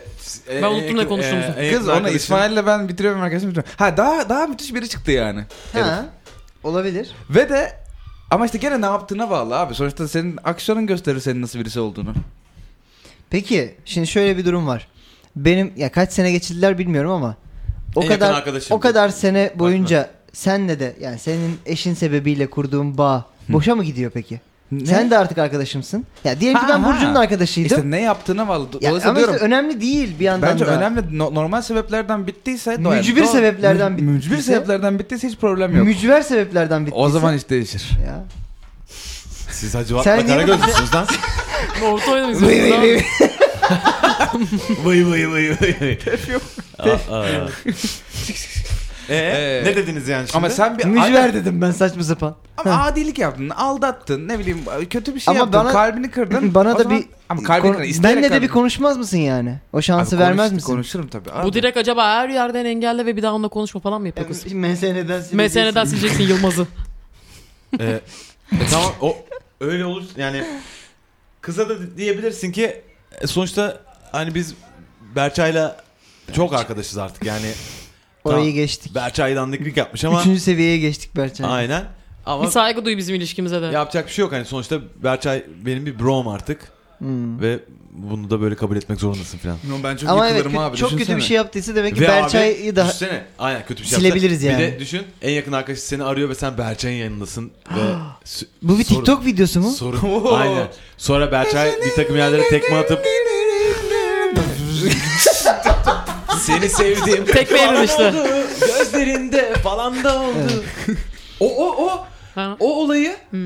[SPEAKER 3] Ben unuttum ne konuştuğumuzu.
[SPEAKER 2] e-
[SPEAKER 5] Kız ona İsmail'le ben bitiriyorum arkadaşım bitiriyorum. Ha daha daha müthiş biri çıktı yani.
[SPEAKER 4] Ha. Olabilir.
[SPEAKER 5] Ve de ama işte gene ne yaptığına bağlı abi. Sonuçta senin aksiyonun gösterir senin nasıl birisi olduğunu.
[SPEAKER 4] Peki şimdi şöyle bir durum var. Benim ya kaç sene geçirdiler bilmiyorum ama o
[SPEAKER 2] En yakın
[SPEAKER 4] kadar
[SPEAKER 2] arkadaşım.
[SPEAKER 4] o kadar sene boyunca senle de yani senin eşin sebebiyle kurduğum bağ boşa mı gidiyor peki? Sen de artık arkadaşımsın. Ya diyelim ki
[SPEAKER 5] Ha,
[SPEAKER 4] ben
[SPEAKER 5] ha.
[SPEAKER 4] Burcu'nun arkadaşıydım.
[SPEAKER 5] İşte ne yaptığına bağlı.
[SPEAKER 4] Ya
[SPEAKER 5] Dolayısıyla
[SPEAKER 4] ama
[SPEAKER 5] diyorum.
[SPEAKER 4] işte önemli değil bir yandan
[SPEAKER 5] Bence
[SPEAKER 4] da.
[SPEAKER 5] önemli no- normal sebeplerden bittiyse doğru.
[SPEAKER 4] Mücbir
[SPEAKER 5] Doğru.
[SPEAKER 4] sebeplerden
[SPEAKER 5] Mü- Mücbir
[SPEAKER 4] bittiyse-
[SPEAKER 5] sebeplerden bittiyse hiç problem yok.
[SPEAKER 4] Mücver sebeplerden bittiyse.
[SPEAKER 5] o zaman iş değişir.
[SPEAKER 4] ya.
[SPEAKER 2] Siz Hacı Vatla
[SPEAKER 4] Sen niye-
[SPEAKER 2] Karagöz'lüsünüz lan.
[SPEAKER 3] Orta oyunu
[SPEAKER 4] Vıy vıy vıy
[SPEAKER 3] izliyoruz.
[SPEAKER 4] vıy.
[SPEAKER 2] Vıy vıy vıy vıy. Tef yok. Ee,
[SPEAKER 5] Ee,
[SPEAKER 2] ne dediniz yani şimdi?
[SPEAKER 5] Ama sen bir
[SPEAKER 4] Mücver dedim ben saçma sapan.
[SPEAKER 5] Ama adilik yaptın, aldattın, ne bileyim kötü bir şey
[SPEAKER 4] Ama
[SPEAKER 5] yaptın,
[SPEAKER 4] bana-
[SPEAKER 5] kalbini kırdın.
[SPEAKER 4] Bana
[SPEAKER 5] O
[SPEAKER 4] da
[SPEAKER 5] zaman-
[SPEAKER 4] bir
[SPEAKER 5] ama kalbini
[SPEAKER 4] konu-
[SPEAKER 5] kırdın. isteyerek
[SPEAKER 4] benle de
[SPEAKER 5] kırdın.
[SPEAKER 4] bir konuşmaz mısın yani? O
[SPEAKER 5] Abi
[SPEAKER 4] şansı
[SPEAKER 5] konuş-
[SPEAKER 4] vermez misin?
[SPEAKER 5] Konuşurum tabii. abi.
[SPEAKER 3] Bu direkt acaba her yerden engelle ve bir daha onunla konuşma falan mı yapıyor kız?
[SPEAKER 4] Ee, MSN'den
[SPEAKER 3] MSN'den sileceksin Yılmaz'ı.
[SPEAKER 2] Ee, e, tamam o öyle olur yani kıza da diyebilirsin ki e, sonuçta hani biz Berçay'la çok arkadaşız artık yani Tamam.
[SPEAKER 4] Orayı geçtik.
[SPEAKER 2] Berçay'dan diklik yapmış ama
[SPEAKER 4] Üçüncü seviyeye geçtik Berçay.
[SPEAKER 2] aynen
[SPEAKER 3] Bir
[SPEAKER 2] ama
[SPEAKER 3] saygı duy bizim ilişkimize de.
[SPEAKER 2] yapacak bir şey yok hani sonuçta Berçay benim bir brom artık
[SPEAKER 4] Hmm.
[SPEAKER 2] ve bunu da böyle kabul etmek zorundasın falan.
[SPEAKER 5] No, ben çok
[SPEAKER 4] Ama evet
[SPEAKER 5] yıkılırım
[SPEAKER 4] kö-
[SPEAKER 5] abi.
[SPEAKER 4] çok kötü
[SPEAKER 5] düşünsene.
[SPEAKER 4] bir şey yaptıysa demek ki
[SPEAKER 2] Ve
[SPEAKER 4] Berçay'ı
[SPEAKER 2] abi,
[SPEAKER 4] da
[SPEAKER 2] düşünsene, aynen kötü bir şey
[SPEAKER 4] silebiliriz
[SPEAKER 2] yapacak. Bir
[SPEAKER 4] yani.
[SPEAKER 2] de düşün en yakın arkadaşı seni arıyor ve sen Berçay'ın yanındasın ve sü-
[SPEAKER 4] bu bir
[SPEAKER 2] sorun-
[SPEAKER 4] TikTok videosu mu?
[SPEAKER 2] Sorun. Aynen. Sonra Berçay bir takım yerlere tekme atıp seni sevdiğim
[SPEAKER 3] Tekme yedin işte.
[SPEAKER 2] Gözlerinde falan da oldu.
[SPEAKER 5] O o o.
[SPEAKER 3] Ha.
[SPEAKER 1] O olayı
[SPEAKER 3] Hı.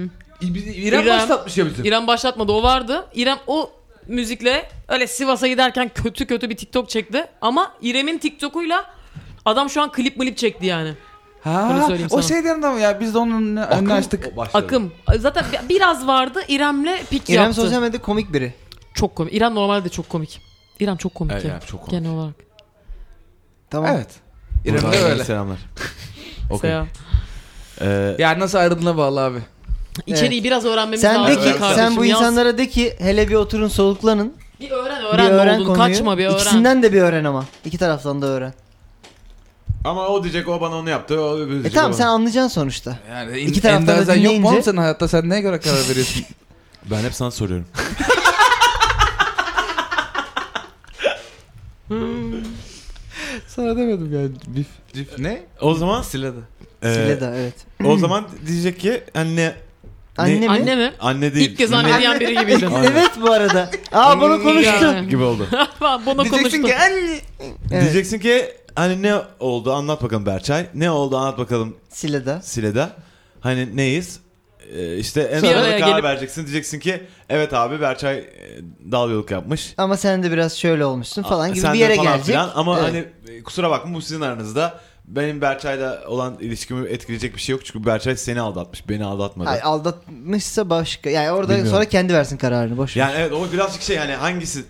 [SPEAKER 1] İ- İrem,
[SPEAKER 3] İrem.
[SPEAKER 1] başlatmış ya bizim.
[SPEAKER 3] İrem başlatmadı o vardı. İrem o müzikle öyle Sivas'a giderken kötü kötü bir TikTok çekti. Ama İrem'in TikTok'uyla adam şu an klip milip çekti yani. Öyle
[SPEAKER 5] Ha,
[SPEAKER 3] söyleyeyim sana.
[SPEAKER 5] o şeyden de ya biz de onun önünü açtık.
[SPEAKER 1] Başladı.
[SPEAKER 3] Akım. Zaten bi- biraz vardı İrem'le pik
[SPEAKER 4] İrem
[SPEAKER 3] yaptı.
[SPEAKER 4] sosyal medyada komik biri.
[SPEAKER 3] Çok komik. İrem normalde de çok komik. İrem çok komik
[SPEAKER 1] Evet,
[SPEAKER 3] ya.
[SPEAKER 1] İrem çok komik.
[SPEAKER 3] Genel olarak.
[SPEAKER 4] Tamam.
[SPEAKER 5] Evet. İrem de öyle.
[SPEAKER 2] Selamlar.
[SPEAKER 1] Okey.
[SPEAKER 3] Seya.
[SPEAKER 2] Ee,
[SPEAKER 5] Ya nasıl ayrıldığına bağlı abi.
[SPEAKER 3] İçeriği biraz öğrenmemiz
[SPEAKER 4] Sen
[SPEAKER 3] lazım.
[SPEAKER 4] de ki
[SPEAKER 3] kardeşim.
[SPEAKER 4] sen bu
[SPEAKER 3] Yaz.
[SPEAKER 4] insanlara de ki hele bir oturun soluklanın.
[SPEAKER 3] bir öğren
[SPEAKER 4] bir
[SPEAKER 3] öğren, ne
[SPEAKER 4] öğren
[SPEAKER 3] olduğunu.
[SPEAKER 4] konuyu.
[SPEAKER 3] Kaçma bir öğren.
[SPEAKER 4] İkisinden de bir öğren ama. İki taraftan da öğren. E
[SPEAKER 2] ama o diyecek o bana onu yaptı. O, öbürü
[SPEAKER 4] E
[SPEAKER 2] diyecek,
[SPEAKER 4] tamam
[SPEAKER 2] o
[SPEAKER 4] sen
[SPEAKER 2] bana-
[SPEAKER 4] anlayacaksın sonuçta.
[SPEAKER 5] Yani
[SPEAKER 4] İki
[SPEAKER 5] İki
[SPEAKER 4] taraftan da
[SPEAKER 5] taraftan yok mu
[SPEAKER 4] dinleyince-
[SPEAKER 5] oğlum senin hayatta sen neye göre karar veriyorsun?
[SPEAKER 2] Ben hep sana soruyorum.
[SPEAKER 5] Sana demedim ya. Bif. Cif. Ne?
[SPEAKER 2] O zaman
[SPEAKER 5] Silada.
[SPEAKER 2] e,
[SPEAKER 4] Sileda evet.
[SPEAKER 2] o zaman diyecek ki anne
[SPEAKER 4] Anne mi?
[SPEAKER 3] Anne mi?
[SPEAKER 2] anne değil.
[SPEAKER 3] İlk kez anne diyen biri gibiydi.
[SPEAKER 4] evet bu arada. Aa bunu konuştu.
[SPEAKER 3] Yani.
[SPEAKER 2] gibi oldu.
[SPEAKER 3] Bunu
[SPEAKER 5] Diyeceksin
[SPEAKER 3] konuştum.
[SPEAKER 5] ki anne.
[SPEAKER 4] Evet.
[SPEAKER 2] Diyeceksin ki hani ne oldu anlat bakalım Berçay. Ne oldu anlat bakalım
[SPEAKER 4] Sileda.
[SPEAKER 2] Sile'da. Hani neyiz? Ee, işte en
[SPEAKER 3] Bir
[SPEAKER 2] sonunda
[SPEAKER 3] araya
[SPEAKER 2] karar
[SPEAKER 3] gelip-
[SPEAKER 2] vereceksin. Diyeceksin ki evet abi Berçay e, dal yoluk yapmış.
[SPEAKER 4] Ama sen de biraz şöyle olmuşsun falan gibi
[SPEAKER 2] Sen
[SPEAKER 4] bir
[SPEAKER 2] de
[SPEAKER 4] yere
[SPEAKER 2] falan
[SPEAKER 4] gelecek.
[SPEAKER 2] filan. Ama
[SPEAKER 4] Evet.
[SPEAKER 2] hani e, kusura bakma bu sizin aranızda. Benim Berçay'la olan ilişkimi etkileyecek bir şey yok. Çünkü Berçay seni aldatmış. Beni aldatmadı.
[SPEAKER 4] Hayır, aldatmışsa başka. Yani orada
[SPEAKER 2] Bilmiyorum.
[SPEAKER 4] sonra kendi versin kararını boş. ver.
[SPEAKER 2] Yani evet o birazcık şey hani hangisi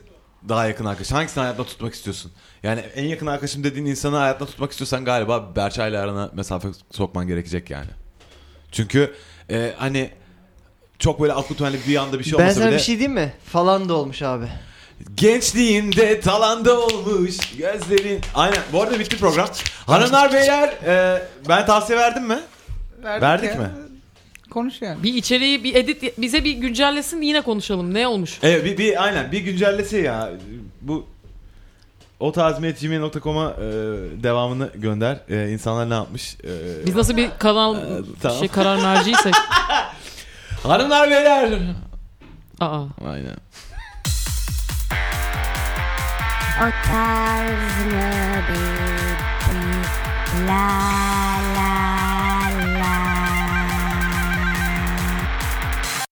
[SPEAKER 2] daha yakın arkadaş? Hangisini hayatta tutmak istiyorsun? Yani en yakın arkadaşım dediğin insanı hayatta tutmak istiyorsan galiba Berçay'la arana mesafe sokman gerekecek yani. Çünkü e, hani çok böyle akut hani bir anda bir şey
[SPEAKER 4] ben
[SPEAKER 2] olmasa
[SPEAKER 4] sana
[SPEAKER 2] bile
[SPEAKER 4] bir şey diyeyim mi? Falan da olmuş abi.
[SPEAKER 2] gençliğinde talanda olmuş gözlerin. Aynen. Bu arada bitti program. Hanımlar beyler e, ben tavsiye verdim mi? Verdik
[SPEAKER 5] ya.
[SPEAKER 2] mi?
[SPEAKER 5] Konuş yani.
[SPEAKER 3] Bir içeriği bir edit bize bir güncellesin yine konuşalım. Ne olmuş?
[SPEAKER 2] Evet bir, bir aynen bir güncellese ya. Bu o tazmiyet.gmail.com'a e, devamını gönder. E, insanlar ne yapmış? E,
[SPEAKER 3] Biz nasıl bir kanal
[SPEAKER 2] Ee, tamam.
[SPEAKER 3] şey karar merciysek.
[SPEAKER 2] Hanımlar beyler.
[SPEAKER 3] Aa.
[SPEAKER 2] Aynen.
[SPEAKER 6] Otarz Nöbetler